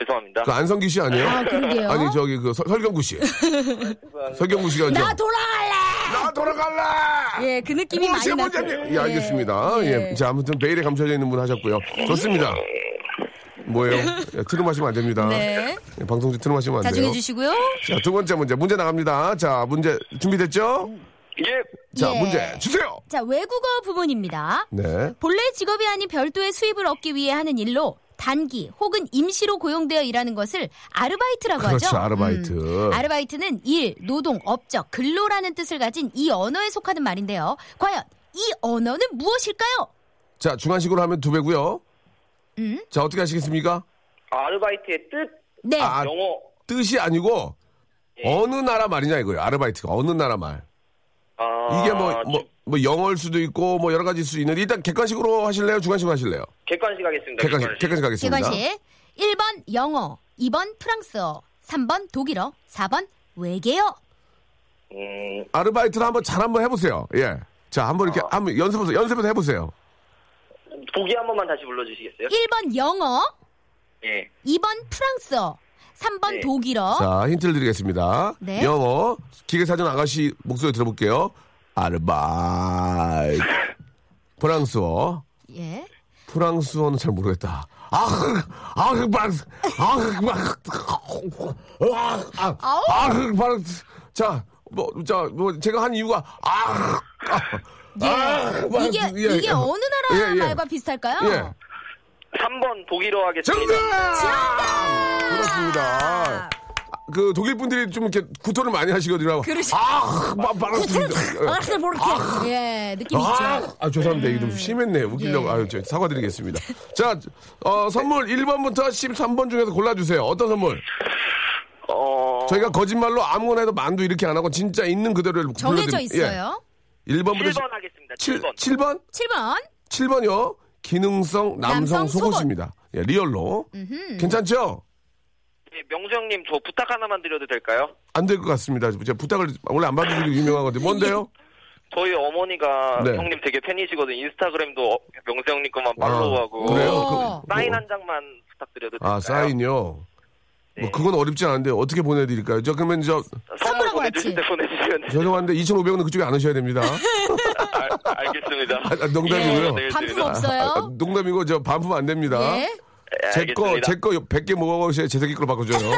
[SPEAKER 5] 죄송합니다.
[SPEAKER 1] 그 안성기 씨 아니에요?
[SPEAKER 3] 아, 그러게요.
[SPEAKER 1] 아니, 저기 그 서- 설경구 씨. 설경구 씨가 이제
[SPEAKER 3] 나 돌아갈래!
[SPEAKER 1] 나 돌아갈래!
[SPEAKER 3] 예, 그 느낌이 많이
[SPEAKER 1] 뭐지, 뭐지?
[SPEAKER 3] 났어요.
[SPEAKER 1] 예, 알겠습니다. 예. 자, 아무튼 베일에 감춰져 있는 분 하셨고요. 좋습니다. 뭐예요? 예, 트름하시면 안 됩니다.
[SPEAKER 3] 네.
[SPEAKER 1] 예, 방송 중 트름하시면 안 돼요.
[SPEAKER 3] 자중해 주시고요.
[SPEAKER 1] 자, 두 번째 문제. 문제 나갑니다. 자, 문제 준비됐죠?
[SPEAKER 5] 예.
[SPEAKER 1] 자,
[SPEAKER 3] 예.
[SPEAKER 1] 문제 주세요!
[SPEAKER 3] 자, 외국어 부분입니다.
[SPEAKER 1] 네.
[SPEAKER 3] 본래 직업이 아닌 별도의 수입을 얻기 위해 하는 일로 단기 혹은 임시로 고용되어 일하는 것을 아르바이트라고
[SPEAKER 1] 그렇죠,
[SPEAKER 3] 하죠. 음.
[SPEAKER 1] 아르바이트.
[SPEAKER 3] 아르바이트는 일, 노동, 업적, 근로라는 뜻을 가진 이 언어에 속하는 말인데요. 과연 이 언어는 무엇일까요?
[SPEAKER 1] 자, 중간식으로 하면 두 배고요.
[SPEAKER 3] 음?
[SPEAKER 1] 자, 어떻게 하시겠습니까?
[SPEAKER 5] 아르바이트의 뜻
[SPEAKER 3] 네.
[SPEAKER 1] 아,
[SPEAKER 5] 영어
[SPEAKER 1] 뜻이 아니고 어느 나라 말이냐 이거예요. 아르바이트가 어느 나라 말.
[SPEAKER 5] 아,
[SPEAKER 1] 이게 뭐 뭐 영어일 수도 있고 뭐 여러 가지일 수 있는 일단 객관식으로 하실래요? 주관식으로 하실래요?
[SPEAKER 5] 객관식 하겠습니다.
[SPEAKER 1] 객관식 객관식 하겠습니다.
[SPEAKER 3] 객관식. 1번 영어, 2번 프랑스어, 3번 독일어, 4번 외계어.
[SPEAKER 5] 음,
[SPEAKER 1] 아르바이트를 한번 잘 한번 해 보세요. 예. 자, 한번 이렇게 한번 연습해서 연습해서 해 보세요.
[SPEAKER 5] 보기 한 번만 다시 불러주시겠어요?
[SPEAKER 3] 1번 영어,
[SPEAKER 5] 예.
[SPEAKER 3] 2번 프랑스어, 3번
[SPEAKER 5] 네.
[SPEAKER 3] 독일어.
[SPEAKER 1] 자, 힌트를 드리겠습니다.
[SPEAKER 3] 네.
[SPEAKER 1] 영어 기계사전 아가씨 목소리 들어볼게요. 아르바이트. 프랑스어.
[SPEAKER 3] 예.
[SPEAKER 1] 프랑스어는 잘 모르겠다. 아, 아, 프랑스, 아, 프랑스, 아, 아, 아, 프랑스. 자, 뭐, 자, 뭐, 제가 한 이유가, 아, 아, 아, 프랑스.
[SPEAKER 3] 이게
[SPEAKER 1] 예,
[SPEAKER 3] 이게
[SPEAKER 1] 예.
[SPEAKER 3] 어느 나라
[SPEAKER 1] 예, 예.
[SPEAKER 3] 말과 비슷할까요?
[SPEAKER 1] 예.
[SPEAKER 5] 3번 독일어 하겠습니다.
[SPEAKER 1] 정답! 그렇습니다. 아, 그 독일 분들이 좀 이렇게 구토를 많이 하시거든요.
[SPEAKER 3] 그러시-
[SPEAKER 1] 아, 막 말았습니다.
[SPEAKER 3] 아, 근데 모르게. 예, 느낌 있죠.
[SPEAKER 1] 아, 아, 죄송합니다. 이게 좀 심했네요. 웃기려고.
[SPEAKER 3] 예.
[SPEAKER 1] 아유, 저 사과드리겠습니다. 자, 어, 선물 1번부터 13번 중에서 골라주세요. 어떤 선물?
[SPEAKER 6] 어,
[SPEAKER 1] 저희가 거짓말로 아무거나 해도 만두 이렇게 안 하고 진짜 있는 그대로를
[SPEAKER 3] 정해져
[SPEAKER 1] 불러드리-
[SPEAKER 3] 있어요.
[SPEAKER 1] 예. 1번부터
[SPEAKER 6] 7번 하겠습니다.
[SPEAKER 1] 7,
[SPEAKER 6] 7번.
[SPEAKER 1] 7번?
[SPEAKER 3] 7번.
[SPEAKER 1] 7번이요. 기능성 남성,
[SPEAKER 3] 남성
[SPEAKER 1] 속옷입니다. 예, 리얼로. 괜찮죠?
[SPEAKER 6] 예, 명수 형님, 저 부탁 하나만 드려도 될까요?
[SPEAKER 1] 안 될 것 같습니다. 제가 부탁을 원래 안 받는 게 유명하거든요. 뭔데요?
[SPEAKER 6] 저희 어머니가
[SPEAKER 1] 네.
[SPEAKER 6] 형님 되게 팬이시거든요. 인스타그램도 어, 명수 형님 것만
[SPEAKER 1] 아,
[SPEAKER 6] 팔로우하고.
[SPEAKER 1] 그래요?
[SPEAKER 3] 오.
[SPEAKER 1] 그- 뭐-
[SPEAKER 6] 사인 한 장만 부탁드려도 될까요?
[SPEAKER 1] 아, 사인요.
[SPEAKER 6] 네.
[SPEAKER 1] 뭐 그건 어렵지 않은데 어떻게 보내드릴까요? 저 그러면 저
[SPEAKER 6] 선물
[SPEAKER 3] 선물하고
[SPEAKER 6] 보내주실
[SPEAKER 3] 같이.
[SPEAKER 6] 때 보내주시면 돼요.
[SPEAKER 1] 죄송한데 2,500원은 그쪽에 안 하셔야 됩니다.
[SPEAKER 6] 알, 알겠습니다.
[SPEAKER 1] 아, 농담이고요.
[SPEAKER 6] 예,
[SPEAKER 3] 반품
[SPEAKER 6] 내일 드리도록-
[SPEAKER 1] 아,
[SPEAKER 3] 없어요.
[SPEAKER 1] 농담이고 저 반품 안 됩니다.
[SPEAKER 3] 네.
[SPEAKER 6] 예,
[SPEAKER 1] 제 거,
[SPEAKER 6] 알겠습니다.
[SPEAKER 1] 제 거 100개 모아오셔야 제 새끼 걸로 바꿔줘요.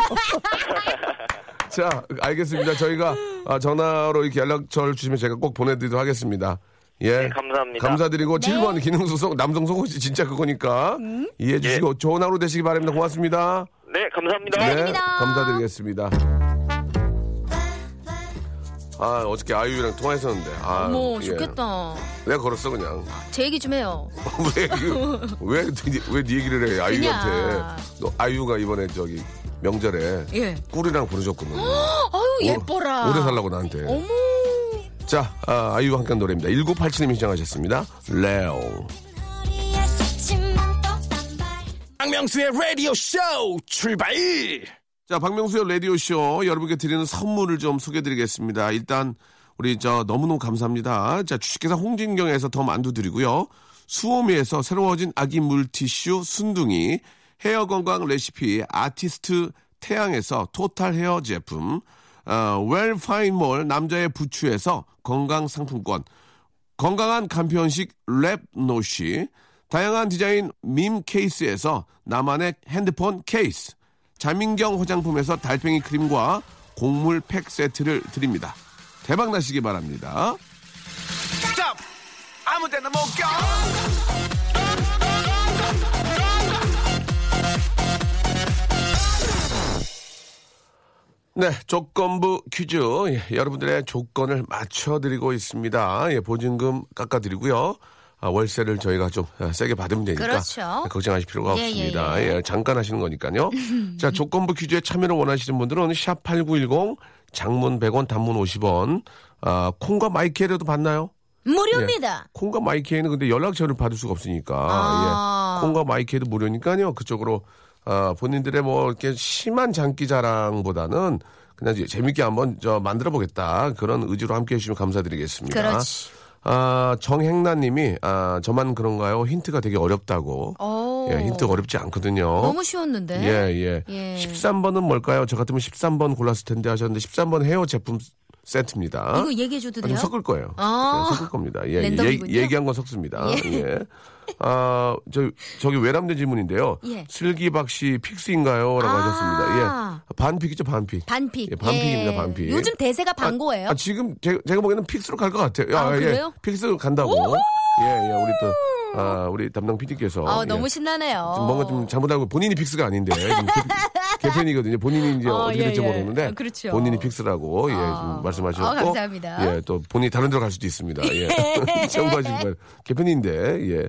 [SPEAKER 1] 자, 알겠습니다. 저희가 아, 전화로 이렇게 연락처를 주시면 제가 꼭 보내드리도록 하겠습니다. 예.
[SPEAKER 6] 네, 감사합니다.
[SPEAKER 1] 감사드리고 7번 기능소속 남성 속옷이 진짜 그거니까
[SPEAKER 3] 음?
[SPEAKER 1] 이해해 주시고 좋은 하루 되시기 바랍니다. 고맙습니다.
[SPEAKER 6] 예. 네, 감사합니다.
[SPEAKER 3] 감사합니다.
[SPEAKER 1] 감사드리겠습니다. 아, 어저께 아이유랑 통화했었는데. 아,
[SPEAKER 3] 어머,
[SPEAKER 1] 예.
[SPEAKER 3] 좋겠다.
[SPEAKER 1] 내가 걸었어, 그냥.
[SPEAKER 3] 제 얘기 좀 해요.
[SPEAKER 1] 왜, 그- 왜, 네- 왜네 얘기를 해,
[SPEAKER 3] 그냥.
[SPEAKER 1] 아이유한테. 너 아이유가 이번에 저기 명절에
[SPEAKER 3] 예.
[SPEAKER 1] 꿀이랑 부르셨거든.
[SPEAKER 3] 아유,
[SPEAKER 1] 어?
[SPEAKER 3] 예뻐라.
[SPEAKER 1] 오래 살라고 나한테.
[SPEAKER 3] 어머.
[SPEAKER 1] 자, 아, 아이유 함께한 노래입니다. 1987님이 시청하셨습니다. 레오.
[SPEAKER 4] 박명수의 라디오 쇼 출발!
[SPEAKER 1] 자, 박명수의 라디오쇼 여러분께 드리는 선물을 좀 소개드리겠습니다. 일단, 우리 저 너무너무 감사합니다. 자, 주식회사 홍진경에서 더 만두 드리고요. 수오미에서 새로워진 아기 물티슈 순둥이, 헤어 건강 레시피 아티스트 태양에서 토탈 헤어 제품, 어, 웰파인몰 남자의 부추에서 건강 상품권, 건강한 간편식 랩노시, 다양한 디자인 밈 케이스에서 나만의 핸드폰 케이스, 자민경 화장품에서 달팽이 크림과 곡물 팩 세트를 드립니다. 대박 나시기 바랍니다.
[SPEAKER 4] 아무데나 못 가!
[SPEAKER 1] 네, 조건부 퀴즈. 예, 여러분들의 조건을 맞춰드리고 있습니다. 예, 보증금 깎아드리고요. 아, 월세를 저희가 좀 아, 세게 받으면 되니까
[SPEAKER 3] 그렇죠.
[SPEAKER 1] 걱정하실 필요가
[SPEAKER 3] 예,
[SPEAKER 1] 없습니다.
[SPEAKER 3] 예,
[SPEAKER 1] 예, 잠깐 하시는 거니까요. 자, 조건부 퀴즈에 참여를 원하시는 분들은 샵 8910 장문 100원 단문 50원 아, 콩과 마이크에도 받나요?
[SPEAKER 3] 무료입니다.
[SPEAKER 1] 콩과 마이케이는 근데 연락처를 받을 수가 없으니까
[SPEAKER 3] 아.
[SPEAKER 1] 예. 콩과 마이케이도 무료니까요 그쪽으로 아, 본인들의 뭐 이렇게 심한 장기 자랑보다는 그냥 이제 재밌게 한번 저 만들어 보겠다 그런 의지로 함께 해주시면 감사드리겠습니다.
[SPEAKER 3] 그렇지.
[SPEAKER 1] 아, 정행나님이 아, 저만 그런가요? 힌트가 되게 어렵다고.
[SPEAKER 3] 오.
[SPEAKER 1] 예, 힌트 어렵지 않거든요.
[SPEAKER 3] 너무 쉬웠는데.
[SPEAKER 1] 예, 예.
[SPEAKER 3] 예.
[SPEAKER 1] 13번은 뭘까요? 저 같으면 13번 골랐을 텐데 하셨는데 13번 헤어 제품 세트입니다.
[SPEAKER 3] 이거 얘기해줘도
[SPEAKER 1] 아니,
[SPEAKER 3] 돼요?
[SPEAKER 1] 섞을 거예요.
[SPEAKER 3] 아.
[SPEAKER 1] 네, 섞을 겁니다. 예, 예,
[SPEAKER 3] 랜덤이군요.
[SPEAKER 1] 얘기- 얘기한 건 섞습니다.
[SPEAKER 3] 예.
[SPEAKER 1] 예. 아, 저, 저기 외람된 질문인데요.
[SPEAKER 3] 예.
[SPEAKER 1] 슬기박 씨 픽스인가요? 라고
[SPEAKER 3] 아.
[SPEAKER 1] 하셨습니다. 예. 반픽이죠, 반픽.
[SPEAKER 3] 반픽.
[SPEAKER 1] 예, 반픽입니다, 반픽.
[SPEAKER 3] 요즘 대세가 반고예요.
[SPEAKER 1] 아, 지금 제, 제가 보기에는 픽스로 갈 것 같아요.
[SPEAKER 3] 아,
[SPEAKER 1] 예.
[SPEAKER 3] 그래요?
[SPEAKER 1] 픽스로 간다고. 예, 예, 우리 또, 아, 우리 담당 PD께서.
[SPEAKER 3] 어, 너무 신나네요.
[SPEAKER 1] 뭔가 예.
[SPEAKER 3] 어.
[SPEAKER 1] 좀 잘못 알고 본인이 픽스가 아닌데 지금 개- 개편이거든요. 본인이 이제
[SPEAKER 3] 어,
[SPEAKER 1] 어떻게
[SPEAKER 3] 예,
[SPEAKER 1] 될지
[SPEAKER 3] 예.
[SPEAKER 1] 모르는데
[SPEAKER 3] 그렇죠.
[SPEAKER 1] 본인이 픽스라고 예,
[SPEAKER 3] 아.
[SPEAKER 1] 좀 말씀하셨고
[SPEAKER 3] 아, 감사합니다.
[SPEAKER 1] 예, 또 본인이 다른 데로 갈 수도 있습니다. 예. 참고하시기 바랍니다. 개편인데 예.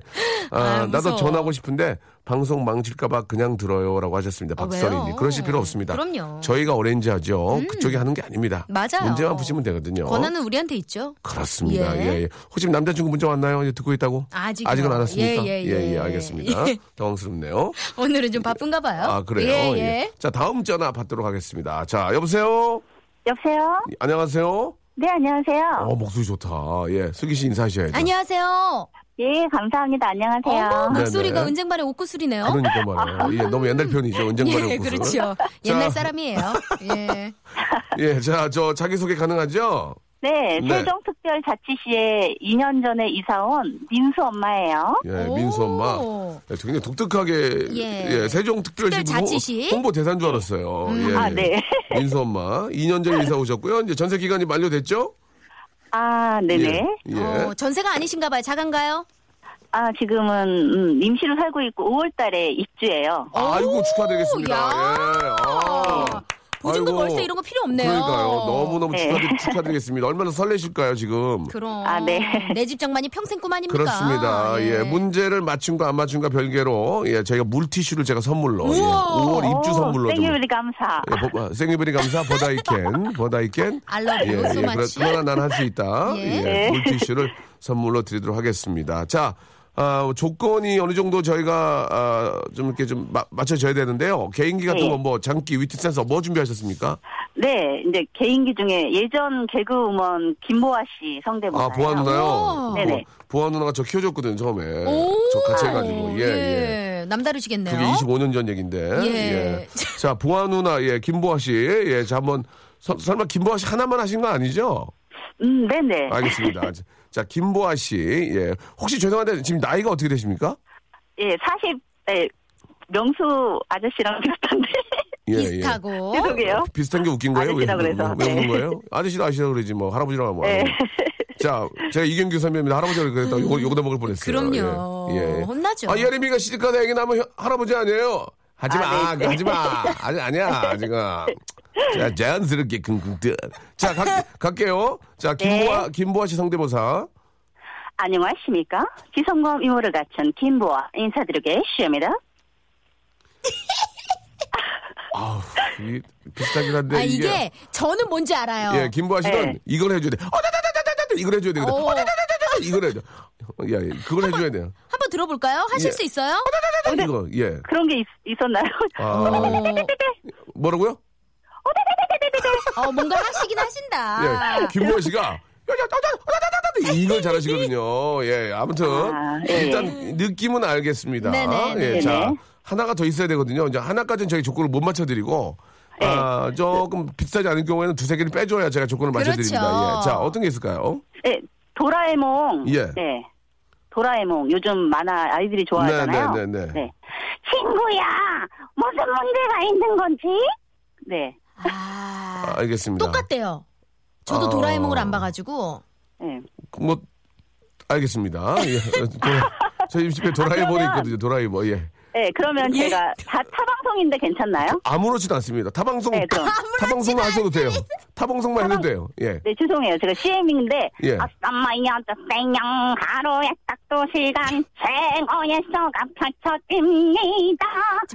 [SPEAKER 1] 아,
[SPEAKER 3] 아,
[SPEAKER 1] 나도
[SPEAKER 3] 무서워.
[SPEAKER 1] 전하고 싶은데 방송 망칠까봐 그냥 들어요라고 하셨습니다.
[SPEAKER 3] 아,
[SPEAKER 1] 박선희님
[SPEAKER 3] 왜요?
[SPEAKER 1] 그러실 필요 없습니다.
[SPEAKER 3] 그럼요. 음.
[SPEAKER 1] 저희가 오렌지하죠. 그쪽이 하는 게 아닙니다.
[SPEAKER 3] 맞아요.
[SPEAKER 1] 문제만 푸시면 되거든요.
[SPEAKER 3] 권한은 우리한테 있죠.
[SPEAKER 1] 그렇습니다.
[SPEAKER 3] 예.
[SPEAKER 1] 예. 예, 혹시 남자친구 문자 왔나요? 이제 듣고 있다고?
[SPEAKER 3] 아직이요.
[SPEAKER 1] 은안 왔습니까?
[SPEAKER 3] 예, 예, 예.
[SPEAKER 1] 알겠습니다. 당황스럽네요.
[SPEAKER 3] 오늘은 좀 바쁜가 봐요.
[SPEAKER 1] 아, 그래요?
[SPEAKER 3] 예, 예.
[SPEAKER 1] 예. 자, 다음 전화 받도록 하겠습니다. 자, 여보세요?
[SPEAKER 2] 여보세요?
[SPEAKER 1] 안녕하세요?
[SPEAKER 2] 네, 안녕하세요.
[SPEAKER 1] 어, 목소리 좋다. 예, 슬기 씨 인사하셔야죠.
[SPEAKER 3] 안녕하세요.
[SPEAKER 2] 예, 감사합니다. 안녕하세요.
[SPEAKER 3] 어머,
[SPEAKER 1] 네,
[SPEAKER 3] 목소리가
[SPEAKER 1] 네.
[SPEAKER 3] 은쟁반의 옷구슬이네요.
[SPEAKER 1] 그러니까 말이에요. 예, 너무 옛날 편이죠. 언젠가는
[SPEAKER 3] 예, 그렇죠. 옛날 사람이에요. 예.
[SPEAKER 1] 예, 자, 저 자기소개 가능하죠?
[SPEAKER 2] 네,
[SPEAKER 1] 네.
[SPEAKER 2] 세종특별자치시에 2년 전에 이사온 민수 엄마예요.
[SPEAKER 1] 예,
[SPEAKER 3] 오.
[SPEAKER 1] 민수 엄마. 예, 굉장히 독특하게
[SPEAKER 3] 예.
[SPEAKER 1] 예, 세종특별시
[SPEAKER 3] 특별자치시. 음.
[SPEAKER 1] 홍보 대사인 줄 알았어요. 예,
[SPEAKER 2] 아,
[SPEAKER 1] 예.
[SPEAKER 2] 네.
[SPEAKER 1] 민수 엄마 2년 전에 이사 오셨고요. 이제 전세 기간이 만료됐죠?
[SPEAKER 2] 아, 네네.
[SPEAKER 1] 예. 예.
[SPEAKER 3] 어, 전세가 아니신가 봐요. 자간가요?
[SPEAKER 2] 아, 지금은 음, 임시로
[SPEAKER 3] 어.
[SPEAKER 2] 살고 있고 5월 달에 입주해요.
[SPEAKER 1] 아이고 축하드리겠습니다.
[SPEAKER 3] 야.
[SPEAKER 1] 예. 아.
[SPEAKER 3] 보증금
[SPEAKER 1] 아이고.
[SPEAKER 3] 월세 이런 거 필요 없네요.
[SPEAKER 1] 그러니까요. 너무너무
[SPEAKER 2] 네.
[SPEAKER 1] 축하드, 축하드리겠습니다. 얼마나 설레실까요, 지금?
[SPEAKER 3] 그럼.
[SPEAKER 2] 아, 네.
[SPEAKER 3] 내 집장만이 평생 꿈 아닙니까?
[SPEAKER 1] 그렇습니다. 예. 문제를 맞춘과 안 맞춘과 별개로, 예, 저희가 물티슈를 제가 선물로, 예,
[SPEAKER 3] 우와.
[SPEAKER 1] 5월
[SPEAKER 2] 어,
[SPEAKER 1] 입주 선물로. 좀-
[SPEAKER 2] 생일이 감사.
[SPEAKER 1] 예, 보- 아, 생일베리 감사, 버다이켄, 버다이켄. 예,
[SPEAKER 3] I love you so much.
[SPEAKER 1] 그러나 난 할 수 있다.
[SPEAKER 3] 예.
[SPEAKER 1] 예,
[SPEAKER 2] 네.
[SPEAKER 1] 물티슈를 선물로 드리도록 하겠습니다. 자, 아, 조건이 어느 정도 저희가 아, 좀 이렇게 좀 마- 맞춰져야 되는데요. 개인기 같은
[SPEAKER 2] 네.
[SPEAKER 1] 거 뭐 장기 위트센서 뭐 준비하셨습니까?
[SPEAKER 2] 네, 이제 개인기 중에 예전 개그우먼 김보아 씨 성대모사.
[SPEAKER 1] 아, 보아 누나요?
[SPEAKER 3] 우와.
[SPEAKER 2] 네네.
[SPEAKER 1] 보아 누나가 저 키워줬거든요, 처음에.
[SPEAKER 3] 오.
[SPEAKER 1] 저 같이 해가지고. 예, 예.
[SPEAKER 3] 예. 남다르시겠네요.
[SPEAKER 1] 그게 25년 전 얘기인데.
[SPEAKER 3] 예.
[SPEAKER 1] 자, 보아 누나, 예, 김보아 씨. 예, 자, 한번. 서- 설마 김보아 씨 하나만 하신 거 아니죠?
[SPEAKER 2] 음, 네네.
[SPEAKER 1] 알겠습니다. 자, 김보아 씨. 예. 혹시 죄송한데 지금 나이가 어떻게 되십니까?
[SPEAKER 2] 예, 40, 예, 명수 아저씨랑 비슷한데.
[SPEAKER 1] 예,
[SPEAKER 2] 어?
[SPEAKER 3] 비슷하고.
[SPEAKER 2] 죄송해요.
[SPEAKER 1] 예. 비슷한 게 웃긴 거예요?
[SPEAKER 2] 아저씨라
[SPEAKER 1] 왜,
[SPEAKER 2] 그래서.
[SPEAKER 1] 왜 웃는
[SPEAKER 2] 네.
[SPEAKER 1] 거예요? 아저씨도 아시라고 그러지 뭐 할아버지라고 뭐.
[SPEAKER 2] 예.
[SPEAKER 1] 자, 제가 이경규 선배입니다. 할아버지라고 그랬다고 욕- 욕다 먹을 뻔했어요.
[SPEAKER 3] 그럼요. 혼나죠.
[SPEAKER 1] 아, 예림이가 시집가서 애기 나면 할아버지 아니에요? 하지 마, 그 하지 마. 아니, 아니야, 지금. 자, 자연스럽게 끙끙 뜨. 자, 갈, 갈게요. 자, 김보아, 김보아 씨 성대모사.
[SPEAKER 2] 안녕하십니까? 지성검 이모를 갖춘 김보아 인사드리겠습니다.
[SPEAKER 1] 아우, 이 비슷하긴 한데.
[SPEAKER 3] 아, 이게 저는 뭔지 알아요.
[SPEAKER 7] 어.
[SPEAKER 1] 예, 김보아 씨는
[SPEAKER 2] 네.
[SPEAKER 1] 이걸 해줘야 돼. 어다다다다다다 이걸 해줘야 되거든.
[SPEAKER 3] 오.
[SPEAKER 1] 어다다다다다 이걸 해줘. 야, 예, 그걸 해줘야 돼요.
[SPEAKER 3] 한번 들어볼까요? 하실
[SPEAKER 1] 예.
[SPEAKER 3] 수 있어요?
[SPEAKER 1] 어다다다다 이거 예.
[SPEAKER 2] 그런 게 있, 있었나요?
[SPEAKER 1] 아, 뭐라고요?
[SPEAKER 3] 어, 뭔가 하시긴 하신다.
[SPEAKER 1] 예, 김보아 씨가 야, 야, 어다- 어다다다다 이걸 잘하시거든요. 예, 아무튼
[SPEAKER 2] 아, 예,
[SPEAKER 1] 일단 느낌은 알겠습니다.
[SPEAKER 3] 네, 네,
[SPEAKER 1] 예,
[SPEAKER 2] 네.
[SPEAKER 1] 자
[SPEAKER 2] 네.
[SPEAKER 1] 하나가 더 있어야 되거든요. 이제 하나까지는 저희 조건을 못 맞춰드리고.
[SPEAKER 2] 네.
[SPEAKER 1] 아, 조금 비싸지 않은 경우에는 두세 개를 빼줘야 제가 조건을 맞춰드립니다.
[SPEAKER 3] 그렇죠.
[SPEAKER 1] 예. 자, 어떤 게 있을까요?
[SPEAKER 2] 예, 도라에몽.
[SPEAKER 1] 예.
[SPEAKER 2] 네. 도라에몽 요즘 만화 아이들이 좋아하잖아요.
[SPEAKER 1] 네, 네, 네, 네.
[SPEAKER 2] 친구야, 무슨 문제가 있는 건지? 네.
[SPEAKER 3] 아,
[SPEAKER 1] 알겠습니다.
[SPEAKER 3] 똑같대요. 저도
[SPEAKER 1] 아.
[SPEAKER 3] 도라에몽을 안 봐가지고.
[SPEAKER 2] 네.
[SPEAKER 1] 뭐 알겠습니다. 예. 도라- 저희 집에 도라이버도
[SPEAKER 2] 아, 그러면-
[SPEAKER 1] 있거든요. 도라이버. 예.
[SPEAKER 2] 네, 그러면 제가 다 타방송인데 괜찮나요?
[SPEAKER 1] 아무렇지도 않습니다. 타방송
[SPEAKER 2] 네, 그럼.
[SPEAKER 1] 타방송만 하셔도 돼요. 타방송만 해도
[SPEAKER 2] 타방-
[SPEAKER 1] 돼요. 예.
[SPEAKER 2] 네, 죄송해요. 제가 CM인데,
[SPEAKER 1] 예.
[SPEAKER 2] 어썸마이어 땡영 하루에 딱두 시간 생어의 소가 펼쳐집니다.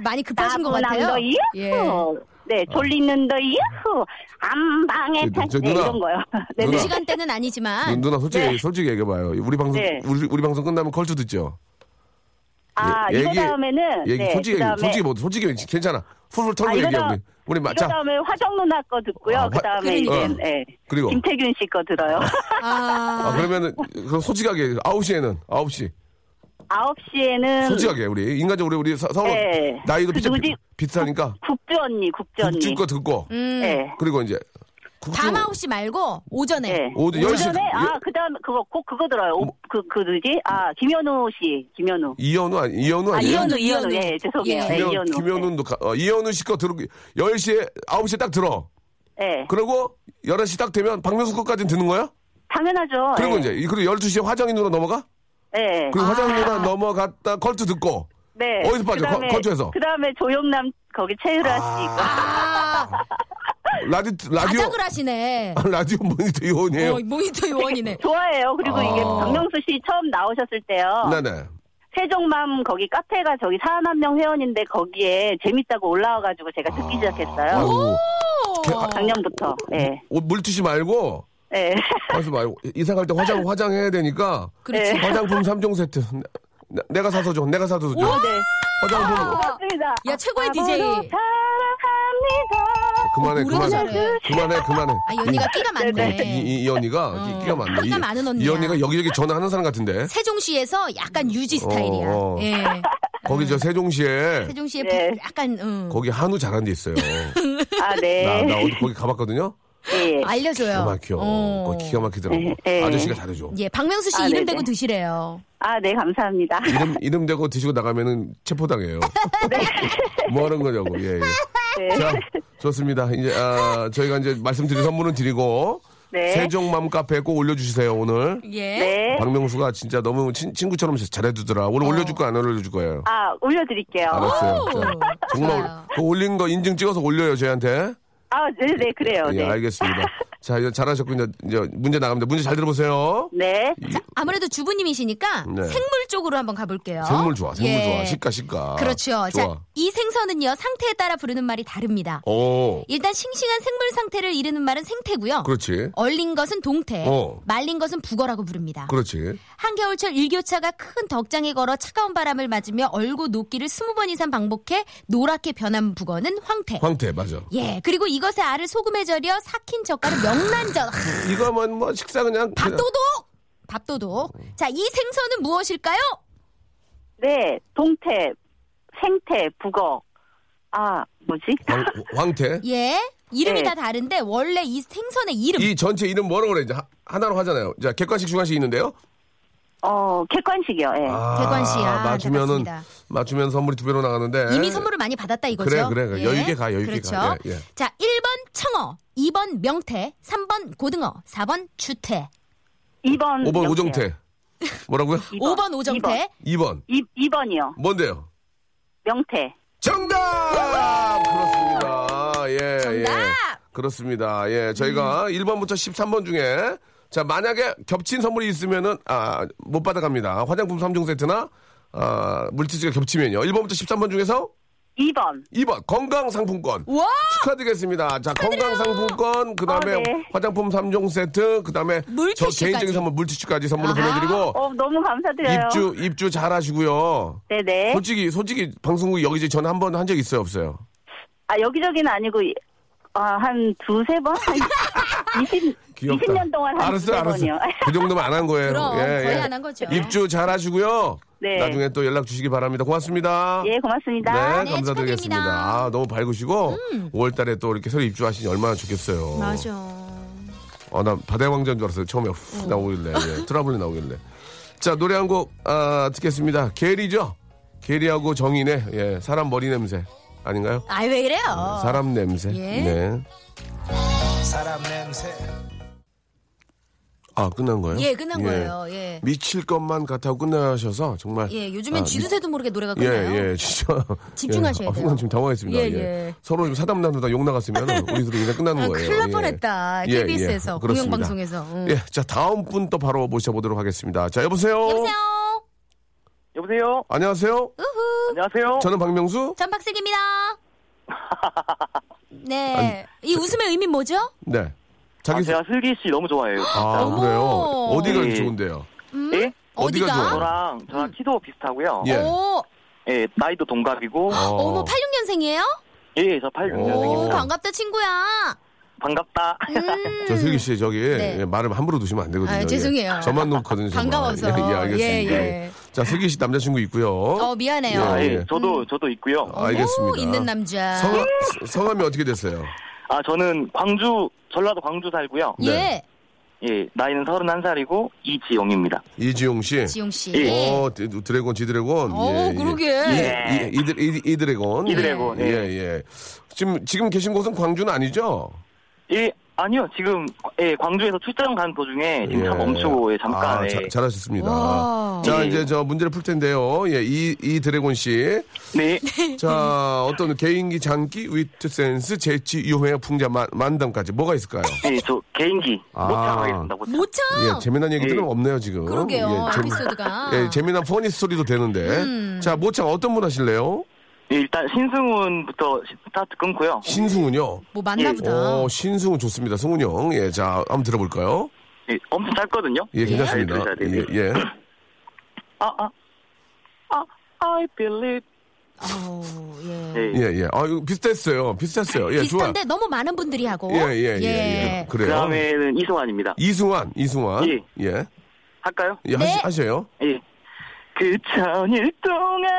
[SPEAKER 3] 많이 급하신 것
[SPEAKER 2] 따분한
[SPEAKER 3] 같아요.
[SPEAKER 2] 더 유후. 네, 졸리는 더 유후. 안방에
[SPEAKER 1] 저, 저
[SPEAKER 2] 펼쳐. 네,
[SPEAKER 1] 누나.
[SPEAKER 2] 이런 거요. 네,
[SPEAKER 3] 그
[SPEAKER 1] 누나. 예,
[SPEAKER 2] 네.
[SPEAKER 3] 시간대는 아니지만.
[SPEAKER 1] 누나 솔직히
[SPEAKER 2] 네.
[SPEAKER 1] 솔직히 얘기해 봐요. 우리 방송
[SPEAKER 2] 네.
[SPEAKER 1] 우리, 우리 방송 끝나면 컬투 듣죠.
[SPEAKER 2] 아,
[SPEAKER 1] 예,
[SPEAKER 2] 이거
[SPEAKER 1] 얘기-
[SPEAKER 2] 다음에는.
[SPEAKER 1] 얘기
[SPEAKER 2] 네,
[SPEAKER 1] 솔직히
[SPEAKER 2] 그다음에-
[SPEAKER 1] 솔직히 뭐 솔직히 괜찮아. 훌훌 털고
[SPEAKER 2] 아, 이거
[SPEAKER 1] 얘기해 우리.
[SPEAKER 2] 다음-
[SPEAKER 1] 우리 마,
[SPEAKER 2] 이거
[SPEAKER 1] 자
[SPEAKER 2] 다음에 화정 누나 거 듣고요.
[SPEAKER 1] 아,
[SPEAKER 2] 그 다음에 이제
[SPEAKER 1] 그러니까.
[SPEAKER 2] 예,
[SPEAKER 1] 그리고?
[SPEAKER 2] 김태균 씨 거 들어요.
[SPEAKER 1] 아,
[SPEAKER 3] 아,
[SPEAKER 1] 그러면은 그 솔직하게 9시에는 9시.
[SPEAKER 2] 9시에는
[SPEAKER 1] 솔직하게 우리 인간적으로 우리 서- 서로
[SPEAKER 2] 네.
[SPEAKER 1] 나이도
[SPEAKER 2] 그
[SPEAKER 1] 비슷,
[SPEAKER 2] 누구지?
[SPEAKER 1] 비슷하니까
[SPEAKER 2] 국주 언니, 국주 언니.
[SPEAKER 1] 국주 거 듣고
[SPEAKER 3] 음.
[SPEAKER 2] 예.
[SPEAKER 1] 그리고 이제 국주-
[SPEAKER 3] 밤 9시 말고 오전에.
[SPEAKER 2] 예.
[SPEAKER 1] 오전 10시
[SPEAKER 2] 오전에
[SPEAKER 1] 그-
[SPEAKER 2] 아 그다음 그거 꼭 그거 들어요. 오, 그 그지? 아 김현우 씨, 김현우.
[SPEAKER 1] 이현우 아니 이현우
[SPEAKER 2] 아
[SPEAKER 1] 아니에요?
[SPEAKER 2] 이현우,
[SPEAKER 3] 이현우.
[SPEAKER 2] 이현우. 예, 죄송해요.
[SPEAKER 3] 예.
[SPEAKER 2] 예,
[SPEAKER 1] 김현,
[SPEAKER 2] 이현우.
[SPEAKER 1] 김현우도 가- 어, 이현우 씨 거 들고 10시에 9시에 딱 들어.
[SPEAKER 2] 예.
[SPEAKER 1] 그리고 11시 딱 되면 박명수 거까지는 듣는 거야?
[SPEAKER 2] 당연하죠.
[SPEAKER 1] 그리고
[SPEAKER 2] 예.
[SPEAKER 1] 이제 이- 그리고 12시에 화정인 누나 넘어가?
[SPEAKER 2] 예.
[SPEAKER 3] 아.
[SPEAKER 1] 그리고 화정인 누나 넘어갔다 컬트 듣고
[SPEAKER 2] 네.
[SPEAKER 1] 어디서 빠져?
[SPEAKER 2] 그다음에-
[SPEAKER 1] 거- 거주에서.
[SPEAKER 2] 그다음에 조영남 거기 최유라 씨.
[SPEAKER 3] 아,
[SPEAKER 1] 라디 라디오 아,
[SPEAKER 3] 자작을 하시네.
[SPEAKER 1] 라디오 모니터 이혼이에요.
[SPEAKER 3] 어, 모니터 요원이네.
[SPEAKER 2] 좋아해요. 그리고
[SPEAKER 1] 아.
[SPEAKER 2] 이게 박명수 씨 처음 나오셨을 때요.
[SPEAKER 1] 네네.
[SPEAKER 2] 세종맘 거기 카페가 저기 사한한명 회원인데 거기에 재밌다고 올라와가지고 제가 듣기 시작했어요.
[SPEAKER 1] 아이고.
[SPEAKER 2] 작년부터. 예.
[SPEAKER 1] 옷 물티슈 말고
[SPEAKER 2] 예.
[SPEAKER 1] 가서 말고 이사 갈 때 화장 화장해야 되니까 어,
[SPEAKER 3] 그렇지.
[SPEAKER 1] 화장품 3종 세트 나- 내가 사서 줘. 내가 사서 줘.
[SPEAKER 2] 네.
[SPEAKER 1] 화장품
[SPEAKER 2] 고맙습니다.
[SPEAKER 3] 야, 최고의 DJ.
[SPEAKER 2] 앞으로 사랑합니다.
[SPEAKER 1] 그만해
[SPEAKER 3] 노래도
[SPEAKER 1] 그만해
[SPEAKER 3] 잘해.
[SPEAKER 1] 그만해 그만해
[SPEAKER 3] 아, 연니가 끼가 많네.
[SPEAKER 1] 이, 이, 이 언니가 끼- 끼가 많네
[SPEAKER 3] 끼가
[SPEAKER 1] 이-
[SPEAKER 3] 많은
[SPEAKER 1] 이
[SPEAKER 3] 언니야.
[SPEAKER 1] 언니가 여기저기 전화하는 사람 같은데
[SPEAKER 3] 세종시에서 약간 유지 스타일이야.
[SPEAKER 1] 어, 어.
[SPEAKER 3] 예.
[SPEAKER 1] 거기 저 세종시에
[SPEAKER 3] 세종시에
[SPEAKER 2] 네.
[SPEAKER 3] 부- 약간 음.
[SPEAKER 1] 거기 한우 잘하는 데 있어요
[SPEAKER 2] 아,
[SPEAKER 1] 나,
[SPEAKER 2] 네.
[SPEAKER 1] 나 어디 거기 가봤거든요
[SPEAKER 2] 예.
[SPEAKER 1] 기가
[SPEAKER 3] 알려줘요.
[SPEAKER 1] 막혀
[SPEAKER 3] 어.
[SPEAKER 1] 거기 기가 막히더라고
[SPEAKER 2] 예, 예.
[SPEAKER 1] 아저씨가 잘해줘
[SPEAKER 3] 예, 박명수 씨
[SPEAKER 2] 아,
[SPEAKER 3] 이름
[SPEAKER 2] 네네.
[SPEAKER 3] 대고 드시래요.
[SPEAKER 2] 아, 네, 감사합니다.
[SPEAKER 1] 이름 이름 대고 드시고 나가면은 체포당해요 뭐 하는 거냐고 예, 예.
[SPEAKER 2] 네.
[SPEAKER 1] 자 좋습니다 이제 아, 저희가 이제 말씀드린 선물은 드리고
[SPEAKER 2] 네.
[SPEAKER 1] 세종맘 카페에 꼭 올려주세요 오늘
[SPEAKER 3] 예.
[SPEAKER 2] 네.
[SPEAKER 1] 박명수가 진짜 너무 친, 친구처럼 잘해주더라. 오늘 올려줄 거 안 올려줄 거예요.
[SPEAKER 2] 아, 올려드릴게요.
[SPEAKER 1] 알았어요.
[SPEAKER 3] 오,
[SPEAKER 1] 자, 정말
[SPEAKER 3] 좋아요.
[SPEAKER 1] 그 올린 거 인증 찍어서 올려요 저희한테.
[SPEAKER 2] 아, 네, 네, 그래요.
[SPEAKER 1] 예,
[SPEAKER 2] 네.
[SPEAKER 1] 알겠습니다. 자, 이제 잘하셨고 이제, 이제 문제 나갑니다. 문제 잘 들어보세요.
[SPEAKER 2] 네.
[SPEAKER 3] 아무래도 주부님이시니까
[SPEAKER 1] 네.
[SPEAKER 3] 생물 쪽으로 한번 가볼게요.
[SPEAKER 1] 생물 좋아, 생물
[SPEAKER 3] 예.
[SPEAKER 1] 좋아. 식가, 식가.
[SPEAKER 3] 그렇죠.
[SPEAKER 1] 좋아.
[SPEAKER 3] 자, 이 생선은요 상태에 따라 부르는 말이 다릅니다.
[SPEAKER 1] 오,
[SPEAKER 3] 일단 싱싱한 생물 상태를 이르는 말은 생태고요.
[SPEAKER 1] 그렇지.
[SPEAKER 3] 얼린 것은 동태,
[SPEAKER 1] 어.
[SPEAKER 3] 말린 것은 북어라고 부릅니다.
[SPEAKER 1] 그렇지.
[SPEAKER 3] 한겨울철 일교차가 큰 덕장에 걸어 차가운 바람을 맞으며 얼고 녹기를 스무 번 이상 반복해 노랗게 변한 북어는 황태.
[SPEAKER 1] 황태, 맞아.
[SPEAKER 3] 예, 그리고 이것의 알을 소금에 절여 삭힌 젓갈은 명란젓.
[SPEAKER 1] 이거면 뭐 식사 그냥. 그냥-
[SPEAKER 3] 밥도둑! 밥도둑. 자, 이 생선은 무엇일까요?
[SPEAKER 2] 네. 동태, 생태, 북어. 아, 뭐지?
[SPEAKER 1] 황, 황태?
[SPEAKER 3] 예, 이름이
[SPEAKER 2] 네.
[SPEAKER 3] 다 다른데 원래 이 생선의 이름.
[SPEAKER 1] 이 전체 이름 뭐라고 그래? 이제 하- 하나로 하잖아요. 자, 객관식, 주관식 있는데요.
[SPEAKER 2] 어, 객관식이요. 예.
[SPEAKER 1] 아,
[SPEAKER 3] 네, 객관식이야.
[SPEAKER 1] 맞추면은,
[SPEAKER 3] 네, 맞습니다.
[SPEAKER 1] 맞추면 선물이 두 배로 나가는데.
[SPEAKER 3] 이미 선물을 많이 받았다 이거죠.
[SPEAKER 1] 예. 그래, 그래, 그래. 여유 있게 가, 여유 있게
[SPEAKER 3] 그렇죠?
[SPEAKER 1] 가. 예, 예.
[SPEAKER 3] 자, 1번 청어, 2번 명태, 3번 고등어, 4번 주태,
[SPEAKER 2] 2번.
[SPEAKER 1] 5번 오정태. 뭐라고요?
[SPEAKER 2] 어,
[SPEAKER 3] 5번 오정태.
[SPEAKER 1] 2번.
[SPEAKER 2] 2, 번이요
[SPEAKER 1] 뭔데요?
[SPEAKER 2] 명태.
[SPEAKER 1] 정답! 그렇습니다. 예, 예.
[SPEAKER 3] 정답!
[SPEAKER 1] 그렇습니다. 예. 저희가 1번부터 13번 중에 자, 만약에 겹친 선물이 있으면은 아, 못 받아갑니다. 화장품 3종 세트나 아, 물티슈가 겹치면요. 1번부터 13번 중에서
[SPEAKER 2] 2번.
[SPEAKER 1] 2번 건강 상품권
[SPEAKER 3] 와!
[SPEAKER 1] 축하드리겠습니다. 자, 건강 상품권 그다음에
[SPEAKER 2] 아, 네.
[SPEAKER 1] 화장품 3종 세트 그다음에 저
[SPEAKER 3] 물티슈까지.
[SPEAKER 1] 개인적인 선물 물티슈까지 선물로 보내 드리고
[SPEAKER 2] 어, 너무 감사드려요.
[SPEAKER 1] 입주 입주 잘 하시고요.
[SPEAKER 2] 네네.
[SPEAKER 1] 솔직히 솔직히 방송국 여기 이제 전화 한번 한 적 있어요, 없어요?
[SPEAKER 2] 아, 여기저기는 아니고, 이- 아, 한 두세 번? 20,
[SPEAKER 1] 귀엽다.
[SPEAKER 2] 20년 동안 한
[SPEAKER 1] 알았어요,
[SPEAKER 2] 두세 번이요.
[SPEAKER 1] 알았어요. 그 정도면 안 한 거예요.
[SPEAKER 3] 그럼, 거의 안한 거죠.
[SPEAKER 1] 입주 잘 하시고요.
[SPEAKER 2] 네.
[SPEAKER 1] 나중에 또 연락 주시기 바랍니다. 고맙습니다.
[SPEAKER 2] 예, 고맙습니다.
[SPEAKER 1] 네,
[SPEAKER 3] 네,
[SPEAKER 1] 감사드리겠습니다.
[SPEAKER 3] 축하드립니다. 음.
[SPEAKER 1] 아, 너무 밝으시고 5월 달에 또 이렇게 새로 입주하시니 얼마나 좋겠어요. 어, 나 바다의 왕자인 줄 알았어요. 처음에 훅 나오길래. 예, 트러블이 나오길래. 자, 노래 한 곡 아, 듣겠습니다. 게리죠? 게리하고 정인의 예, 사람 머리 냄새 아닌가요?
[SPEAKER 3] 아이 왜 이래요?
[SPEAKER 1] 어, 사람 냄새.
[SPEAKER 3] 예.
[SPEAKER 1] 네. 아, 끝난 거예요?
[SPEAKER 3] 예, 끝난
[SPEAKER 1] 예.
[SPEAKER 3] 거예요. 예.
[SPEAKER 1] 미칠 것만 같다고 끝나셔서 정말
[SPEAKER 3] 예, 요즘엔
[SPEAKER 1] 아,
[SPEAKER 3] 쥐도새도 모르게 노래가
[SPEAKER 1] 예,
[SPEAKER 3] 끝나요.
[SPEAKER 1] 예, 진짜.
[SPEAKER 3] 집중하셔야
[SPEAKER 1] 예, 아,
[SPEAKER 3] 돼요.
[SPEAKER 1] 순간 지금 당황했습니다.
[SPEAKER 3] 예,
[SPEAKER 1] 예,
[SPEAKER 3] 예.
[SPEAKER 1] 서로 지금 사담 나누다 욕 나갔으면 우리 둘이 그냥 끝나는
[SPEAKER 3] 아,
[SPEAKER 1] 거예요.
[SPEAKER 3] 큰일 날
[SPEAKER 1] 예.
[SPEAKER 3] 뻔했다.
[SPEAKER 1] 예, 예.
[SPEAKER 3] KBS에서,
[SPEAKER 1] 그렇습니다.
[SPEAKER 3] 공영방송에서. 음.
[SPEAKER 1] 예, 자, 다음 분 또 바로 모셔보도록 하겠습니다. 자, 여보세요?
[SPEAKER 3] 여보세요. 어?
[SPEAKER 5] 여보세요?
[SPEAKER 1] 안녕하세요?
[SPEAKER 3] 우후.
[SPEAKER 5] 안녕하세요? 아,
[SPEAKER 1] 저는 박명수?
[SPEAKER 3] 전 박슬기입니다. 네. 이 웃음의 의미 뭐죠?
[SPEAKER 1] 네.
[SPEAKER 5] 아,
[SPEAKER 1] 자기
[SPEAKER 5] 제가 슬기 씨 너무 좋아해요. 진짜.
[SPEAKER 1] 아,
[SPEAKER 3] 어머.
[SPEAKER 1] 그래요? 어디가
[SPEAKER 5] 예.
[SPEAKER 1] 좋은데요?
[SPEAKER 5] 예?
[SPEAKER 1] 어디가 좋아요?
[SPEAKER 5] 저랑 저랑 키도 비슷하고요.
[SPEAKER 1] 음. 예.
[SPEAKER 3] 오,
[SPEAKER 5] 예, 나이도 동갑이고.
[SPEAKER 1] 어.
[SPEAKER 3] 어, 어머, 86년생이에요?
[SPEAKER 5] 예, 저 86년생입니다.
[SPEAKER 3] 오, 반갑다, 친구야.
[SPEAKER 5] 반갑다.
[SPEAKER 3] 음.
[SPEAKER 1] 저 슬기 씨 저기
[SPEAKER 3] 네.
[SPEAKER 1] 예, 말을 함부로 두시면 안 되거든요.
[SPEAKER 3] 아,
[SPEAKER 1] 예.
[SPEAKER 3] 죄송해요.
[SPEAKER 1] 저만 놓거든요. 정말.
[SPEAKER 3] 반가워서.
[SPEAKER 1] 예, 예, 알겠습니다.
[SPEAKER 3] 예, 예.
[SPEAKER 1] 자, 슬기 씨 남자친구 있고요.
[SPEAKER 3] 어, 미안해요.
[SPEAKER 5] 아,
[SPEAKER 1] 예,
[SPEAKER 5] 예,
[SPEAKER 1] 예.
[SPEAKER 5] 저도 저도 있고요.
[SPEAKER 1] 아, 알겠습니다.
[SPEAKER 3] 오, 어, 있는 남자.
[SPEAKER 1] 성함, 성함이 어떻게 되세요?
[SPEAKER 5] 아, 저는 광주 전라도 광주 살고요.
[SPEAKER 3] 예.
[SPEAKER 1] 네.
[SPEAKER 5] 예, 나이는 31살이고 이지용입니다.
[SPEAKER 1] 이지용 씨.
[SPEAKER 3] 지용 씨.
[SPEAKER 5] 예.
[SPEAKER 1] 어, 드- 드래곤, 지드래곤.
[SPEAKER 3] 어,
[SPEAKER 1] 예, 예.
[SPEAKER 3] 그러게.
[SPEAKER 1] 이, 이, 이드- 이, 이드래곤.
[SPEAKER 5] 이드래곤,
[SPEAKER 1] 예,
[SPEAKER 5] 예.
[SPEAKER 1] 예. 지금, 지금 계신 곳은 광주는 아니죠?
[SPEAKER 5] 예, 아니요. 지금 예, 광주에서 출장 간 도중에 지금
[SPEAKER 1] 예.
[SPEAKER 5] 차 멈추고 예, 잠깐
[SPEAKER 1] 아,
[SPEAKER 5] 예.
[SPEAKER 1] 자- 잘하셨습니다.
[SPEAKER 3] 와.
[SPEAKER 1] 자,
[SPEAKER 5] 예.
[SPEAKER 1] 이제 저 문제를 풀 텐데요. 예, 이, 이드래곤 씨.
[SPEAKER 5] 네.
[SPEAKER 1] 자, 어떤 개인기, 장기, 위트 센스, 재치, 유해, 풍자, 만, 만담까지 뭐가 있을까요?
[SPEAKER 5] 예, 저 개인기
[SPEAKER 1] 아.
[SPEAKER 5] 못참하겠습니다. 못
[SPEAKER 3] 모창.
[SPEAKER 1] 예, 재미난 얘기들은
[SPEAKER 5] 예.
[SPEAKER 1] 없네요, 지금.
[SPEAKER 3] 어. 그러게요. 아. 음.
[SPEAKER 1] 예, 재미,
[SPEAKER 3] 에피소드가.
[SPEAKER 1] 예, 재미난 퍼니 스토리도 되는데. 자, 모창 어떤 분 하실래요?
[SPEAKER 5] 예, 일단 신승훈부터 시- 스타트 끊고요.
[SPEAKER 1] 신승훈요.
[SPEAKER 3] 뭐 맞나
[SPEAKER 5] 예.
[SPEAKER 3] 보다.
[SPEAKER 1] 오, 신승훈 좋습니다. 승훈 형. 예, 자, 한번 들어볼까요?
[SPEAKER 5] 예, 엄청 짧거든요.
[SPEAKER 1] 예, 괜찮습니다.
[SPEAKER 5] 잘 들으셔야
[SPEAKER 1] 예,
[SPEAKER 5] 돼요.
[SPEAKER 1] 예.
[SPEAKER 5] 아, 아. 아, I believe.
[SPEAKER 3] 아우, 예.
[SPEAKER 5] 예.
[SPEAKER 1] 예, 예. 아, 이거 비슷했어요. 비슷했어요. 예, 좋아.
[SPEAKER 3] 비슷한데 너무 많은 분들이 하고.
[SPEAKER 1] 예, 예, 예, 예.
[SPEAKER 5] 그
[SPEAKER 1] 그래요.
[SPEAKER 5] 다음에는 이승환입니다.
[SPEAKER 1] 이승환, 이승환.
[SPEAKER 5] 예.
[SPEAKER 1] 예.
[SPEAKER 5] 할까요?
[SPEAKER 1] 예,
[SPEAKER 3] 네.
[SPEAKER 1] 하시, 하세요.
[SPEAKER 5] 예. 그 천일 동안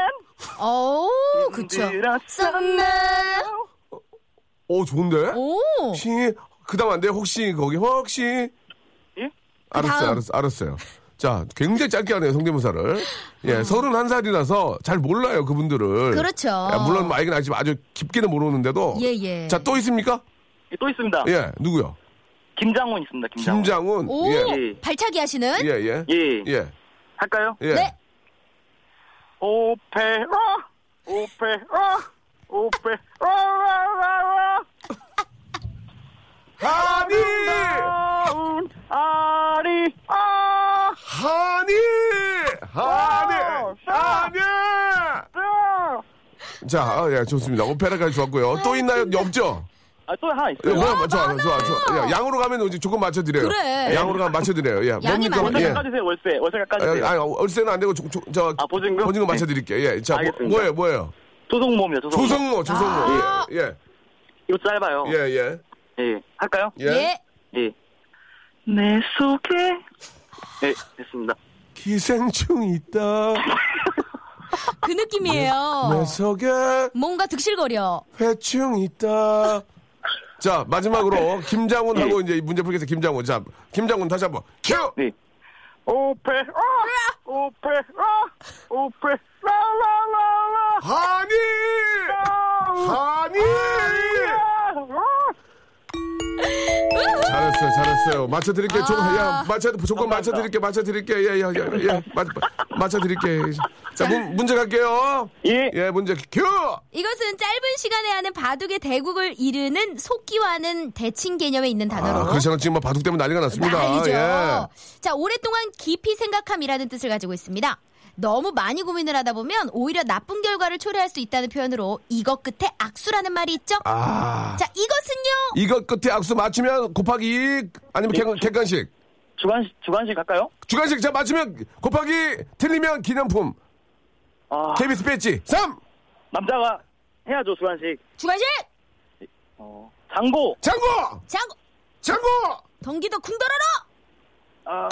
[SPEAKER 3] 어우, 그쵸. 썸나.
[SPEAKER 1] 오, 어, 좋은데?
[SPEAKER 3] 오.
[SPEAKER 1] 혹시 그 다음 안 돼요? 혹시 거기 혹시
[SPEAKER 5] 예?
[SPEAKER 1] 알았어요,
[SPEAKER 3] 다음.
[SPEAKER 1] 알았어, 알았어요. 자, 굉장히 짧게 하네요 성대모사를. 예, 서른한 살이라서 잘 몰라요 그분들을.
[SPEAKER 3] 음. 그렇죠.
[SPEAKER 1] 야, 물론 알긴 알지만 아주 깊게는 모르는데도.
[SPEAKER 3] 예, 예.
[SPEAKER 1] 자, 또 있습니까?
[SPEAKER 5] 예, 또
[SPEAKER 2] 아.
[SPEAKER 5] 있습니다.
[SPEAKER 1] 예, 누구요?
[SPEAKER 5] 김장훈 있습니다. 김장훈.
[SPEAKER 1] 김장훈.
[SPEAKER 3] 오.
[SPEAKER 1] 예,
[SPEAKER 5] 예.
[SPEAKER 3] 발차기 하시는?
[SPEAKER 1] 예, 예,
[SPEAKER 5] 예.
[SPEAKER 1] 예,
[SPEAKER 5] 할까요?
[SPEAKER 1] 예.
[SPEAKER 3] 네.
[SPEAKER 5] 오페라 오페라 오페라
[SPEAKER 1] 하니
[SPEAKER 2] 아운 아리 아
[SPEAKER 1] 하니 하니 하니
[SPEAKER 2] 아.
[SPEAKER 1] 자, 아, 예, 좋습니다. 오페라까지 좋았고요. 또 있나요? 없죠?
[SPEAKER 5] 아, 또 하나
[SPEAKER 1] 예,
[SPEAKER 5] 있어요.
[SPEAKER 1] 뭐야, 좋아, 좋아, 좋아. 예, 양으로 가면 이제 조금 맞춰드려요.
[SPEAKER 3] 그래.
[SPEAKER 1] 양으로 가면 맞춰드려요. 예,
[SPEAKER 3] 양이 많아.
[SPEAKER 1] 예.
[SPEAKER 5] 월세 깎아주세요, 월세. 월세 깎아주세요.
[SPEAKER 1] 아, 아, 월세는 안 되고 조, 조, 저
[SPEAKER 5] 아, 보증금?
[SPEAKER 1] 보증금 맞춰드릴게요. 예, 자, 뭐,
[SPEAKER 5] 알겠습니다.
[SPEAKER 1] 뭐예요, 뭐예요?
[SPEAKER 5] 조성모입니다, 조성모.
[SPEAKER 1] 조성모, 조성모.
[SPEAKER 3] 아.
[SPEAKER 1] 예, 예,
[SPEAKER 5] 이거 짧아요.
[SPEAKER 1] 예, 예.
[SPEAKER 5] 예. 할까요?
[SPEAKER 1] 예.
[SPEAKER 3] 예.
[SPEAKER 5] 어. 예. 내 속에. 예, 됐습니다.
[SPEAKER 1] 기생충이 있다.
[SPEAKER 3] 그
[SPEAKER 5] 어.
[SPEAKER 3] 느낌이에요.
[SPEAKER 1] 내 속에
[SPEAKER 3] 뭔가 득실거려.
[SPEAKER 1] 회충이 있다. 자, 마지막으로
[SPEAKER 5] 예.
[SPEAKER 1] 김장훈하고 이제 문제 풀겠습니다. 김장훈. 자, 김장훈 다시 한번. 큐!
[SPEAKER 5] 네. 오페라, 오페라, 오페라, 라라라라.
[SPEAKER 1] 하니! 하니! 잘했어요, 잘했어요. 맞춰드릴게요. 조, 야, 맞춰, 조건 맞춰드릴게요. 맞춰드릴게요. 예, 예, 예. 예. 맞, 맞춰드릴게요. 자, 문, 문제 갈게요.
[SPEAKER 5] 예.
[SPEAKER 1] 예, 문제 큐!
[SPEAKER 3] 이것은 짧은 시간에 하는 바둑의 대국을 이르는 속기와는 대칭 개념에 있는 단어로. 아,
[SPEAKER 1] 아, 그렇지 않아 지금 막 바둑 때문에 난리가 났습니다.
[SPEAKER 3] 난리죠.
[SPEAKER 1] 예.
[SPEAKER 3] 자, 오랫동안 깊이 생각함이라는 뜻을 가지고 있습니다. 너무 많이 고민을 하다 보면 오히려 나쁜 결과를 초래할 수 있다는 표현으로 이것 끝에 악수라는 말이 있죠.
[SPEAKER 1] 아.
[SPEAKER 3] 자, 이것은요.
[SPEAKER 1] 이거 끝에 악수 맞추면 곱하기 2 아니면
[SPEAKER 3] 예.
[SPEAKER 1] 객- 객관식.
[SPEAKER 5] 주관식, 주관식 할까요?
[SPEAKER 1] 주관식 자 맞추면 곱하기 틀리면 기념품.
[SPEAKER 5] 아.
[SPEAKER 1] KBS 배지 3.
[SPEAKER 5] 남자가 해야죠, 주관식.
[SPEAKER 3] 주관식
[SPEAKER 5] 어. 장고.
[SPEAKER 1] 장고!
[SPEAKER 3] 장
[SPEAKER 1] 장고!
[SPEAKER 3] 경기도 쿵더러러
[SPEAKER 5] 아.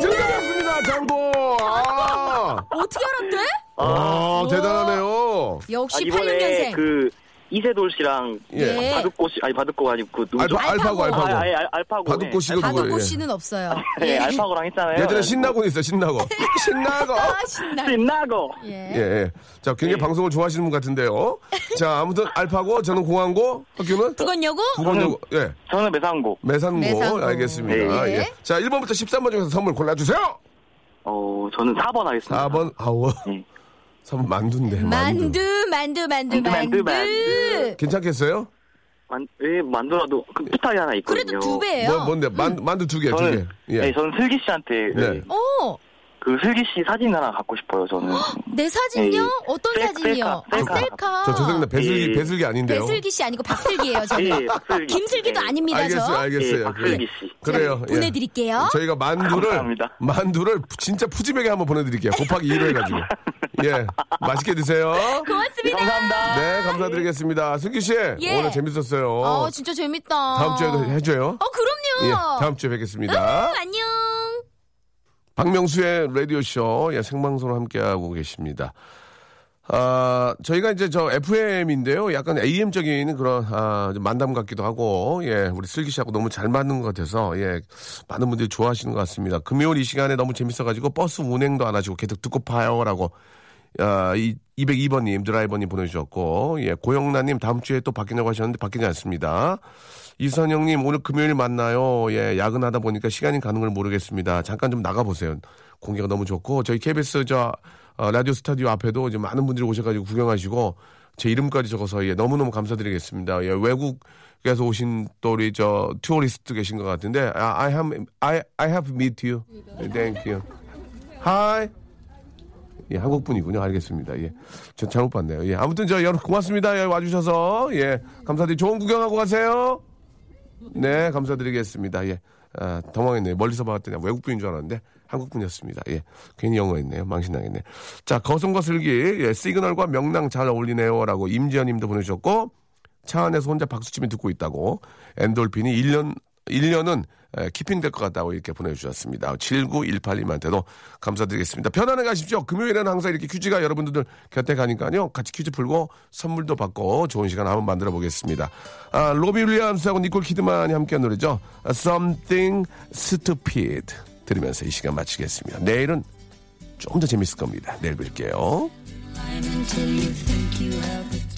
[SPEAKER 1] 정답이었습니다. 장고. 아.
[SPEAKER 3] 어떻게 알았대?
[SPEAKER 1] 아,
[SPEAKER 3] 우와.
[SPEAKER 1] 대단하네요.
[SPEAKER 5] 아,
[SPEAKER 3] 역시
[SPEAKER 5] 이번에
[SPEAKER 3] 86년생.
[SPEAKER 5] 그 이세돌 씨랑
[SPEAKER 1] 예.
[SPEAKER 5] 바둑꽃이 아니 그 바둑꽃 아니고 그 누구죠?
[SPEAKER 1] 알파, 알파고
[SPEAKER 3] 알파고.
[SPEAKER 5] 아,
[SPEAKER 1] 알파고.
[SPEAKER 5] 예, 알- 알파고.
[SPEAKER 1] 바둑꽃이고
[SPEAKER 3] 바둑고
[SPEAKER 1] 그거예요.
[SPEAKER 3] 씨는 없어요.
[SPEAKER 5] 예. 예, 알파고랑 했잖아요.
[SPEAKER 1] 예전에 신나고 있어 신나고. 신나고.
[SPEAKER 3] 아, 신나.
[SPEAKER 5] 신나고.
[SPEAKER 1] 예, 예. 자,
[SPEAKER 5] 네.
[SPEAKER 1] 굉장히 방송을 좋아하시는 분 같은데요. 어? 자, 아무튼 알파고, 저는 공항고, 학교는
[SPEAKER 3] 그건 여고
[SPEAKER 1] 부건여고, 예.
[SPEAKER 5] 저는 매상고.
[SPEAKER 1] 매산고.
[SPEAKER 3] 매산고.
[SPEAKER 1] 알겠습니다.
[SPEAKER 3] 네.
[SPEAKER 1] 예. 자, 1번부터 13번 중에서 선물 골라주세요!
[SPEAKER 5] 어, 저는 4번 하겠습니다.
[SPEAKER 1] 4번, 아워. 뭐.
[SPEAKER 5] 네.
[SPEAKER 1] 3번 만두인데, 만두.
[SPEAKER 3] 만두 만두 만두 만두.
[SPEAKER 5] 만두, 만두, 만두.
[SPEAKER 1] 괜찮겠어요?
[SPEAKER 5] 만, 예, 만두라도 그 부탁이 하나 있거든요.
[SPEAKER 3] 그래도 두 배예요.
[SPEAKER 1] 뭐, 뭔데? 만, 만두 두 개, 두 개.
[SPEAKER 5] 저는
[SPEAKER 1] 예.
[SPEAKER 5] 네, 저는 슬기 씨한테
[SPEAKER 1] 네.
[SPEAKER 3] 어,
[SPEAKER 5] 그 슬기 씨 사진 하나 갖고 싶어요. 저는
[SPEAKER 3] 내 사진요?
[SPEAKER 5] 예.
[SPEAKER 3] 어떤
[SPEAKER 5] 셀-
[SPEAKER 3] 사진이요?
[SPEAKER 5] 셀카,
[SPEAKER 3] 아,
[SPEAKER 5] 셀카.
[SPEAKER 3] 셀카.
[SPEAKER 1] 저 죄송합니다. 배슬기,
[SPEAKER 5] 예.
[SPEAKER 1] 배슬기 아닌데요.
[SPEAKER 3] 배슬기 씨 아니고 박슬기예요, 저는.
[SPEAKER 5] 예, 박슬기.
[SPEAKER 3] 김슬기도
[SPEAKER 5] 예.
[SPEAKER 3] 아닙니다,
[SPEAKER 1] 알겠어요,
[SPEAKER 3] 저. 네,
[SPEAKER 1] 알겠어요.
[SPEAKER 5] 예, 박슬기 씨.
[SPEAKER 1] 그래요. 예.
[SPEAKER 3] 보내드릴게요.
[SPEAKER 1] 저희가 만두를
[SPEAKER 5] 감사합니다.
[SPEAKER 1] 만두를 진짜 푸짐하게 한번 보내드릴게요. 곱하기 2로 해가지고. 예, 맛있게 드세요.
[SPEAKER 3] 고맙습니다.
[SPEAKER 5] 감사합니다.
[SPEAKER 1] 네, 감사드리겠습니다. 승기 씨,
[SPEAKER 3] 예.
[SPEAKER 1] 오늘 재밌었어요.
[SPEAKER 3] 어, 진짜 재밌다.
[SPEAKER 1] 다음 주에도 해줘요.
[SPEAKER 3] 어, 그럼요.
[SPEAKER 1] 예, 다음 주에 뵙겠습니다.
[SPEAKER 3] 음, 안녕.
[SPEAKER 1] 박명수의 라디오쇼 예, 생방송으로 함께하고 계십니다. 아, 저희가 이제 저 FM인데요. 약간 AM적인 그런 아, 좀 만남 같기도 하고, 예, 우리 슬기 씨하고 너무 잘 맞는 것 같아서, 예, 많은 분들이 좋아하시는 것 같습니다. 금요일 이 시간에 너무 재밌어가지고 버스 운행도 안 하시고 계속 듣고 파요라고, 아, 이 202번님, 드라이버님 보내주셨고, 예, 고영란님 다음 주에 또 바뀌냐고 하셨는데 바뀌지 않습니다. 이선영님 오늘 금요일 만나요. 예, 야근하다 보니까 시간이 가는 걸 모르겠습니다. 잠깐 좀 나가보세요. 공기가 너무 좋고 저희 KBS 저 어, 라디오 스타디오 앞에도 이제 많은 분들이 오셔가지고 구경하시고 제 이름까지 적어서 예, 너무너무 감사드리겠습니다. 예, 외국에서 오신 또 우리 저 투어리스트 계신 것 같은데 아, I, I have I I have met you. Thank you. Hi. 예, 한국 분이군요. 알겠습니다. 예. 저 잘못 봤네요. 예. 아무튼 저 여러분 고맙습니다. 예, 와주셔서. 예. 감사드리 좋은 구경하고 가세요. 네, 감사드리겠습니다. 예. 아, 당황했네요. 멀리서 봤더니 아, 외국 분인 줄 알았는데 한국 분이었습니다. 예. 괜히 영어했네요. 망신당했네. 자, 거성과 슬기, 예, 시그널과 명랑 잘 어울리네요라고 임지연 님도 보내주셨고, 차 안에서 혼자 박수치면 듣고 있다고, 엔돌핀이 1년, 1년은 키핑 될 것 같다고 이렇게 보내주셨습니다. 7918님한테도 감사드리겠습니다. 편안하게 가십시오. 금요일에는 항상 이렇게 퀴즈가 여러분들 곁에 가니까요. 같이 퀴즈 풀고 선물도 받고 좋은 시간 한번 만들어 보겠습니다. 아, 로비 윌리엄스하고 니콜 키드만이 함께한 노래죠. 아, Something Stupid 들으면서 이 시간 마치겠습니다. 내일은 좀 더 재밌을 겁니다. 내일 뵐게요.
[SPEAKER 8] until you think you have the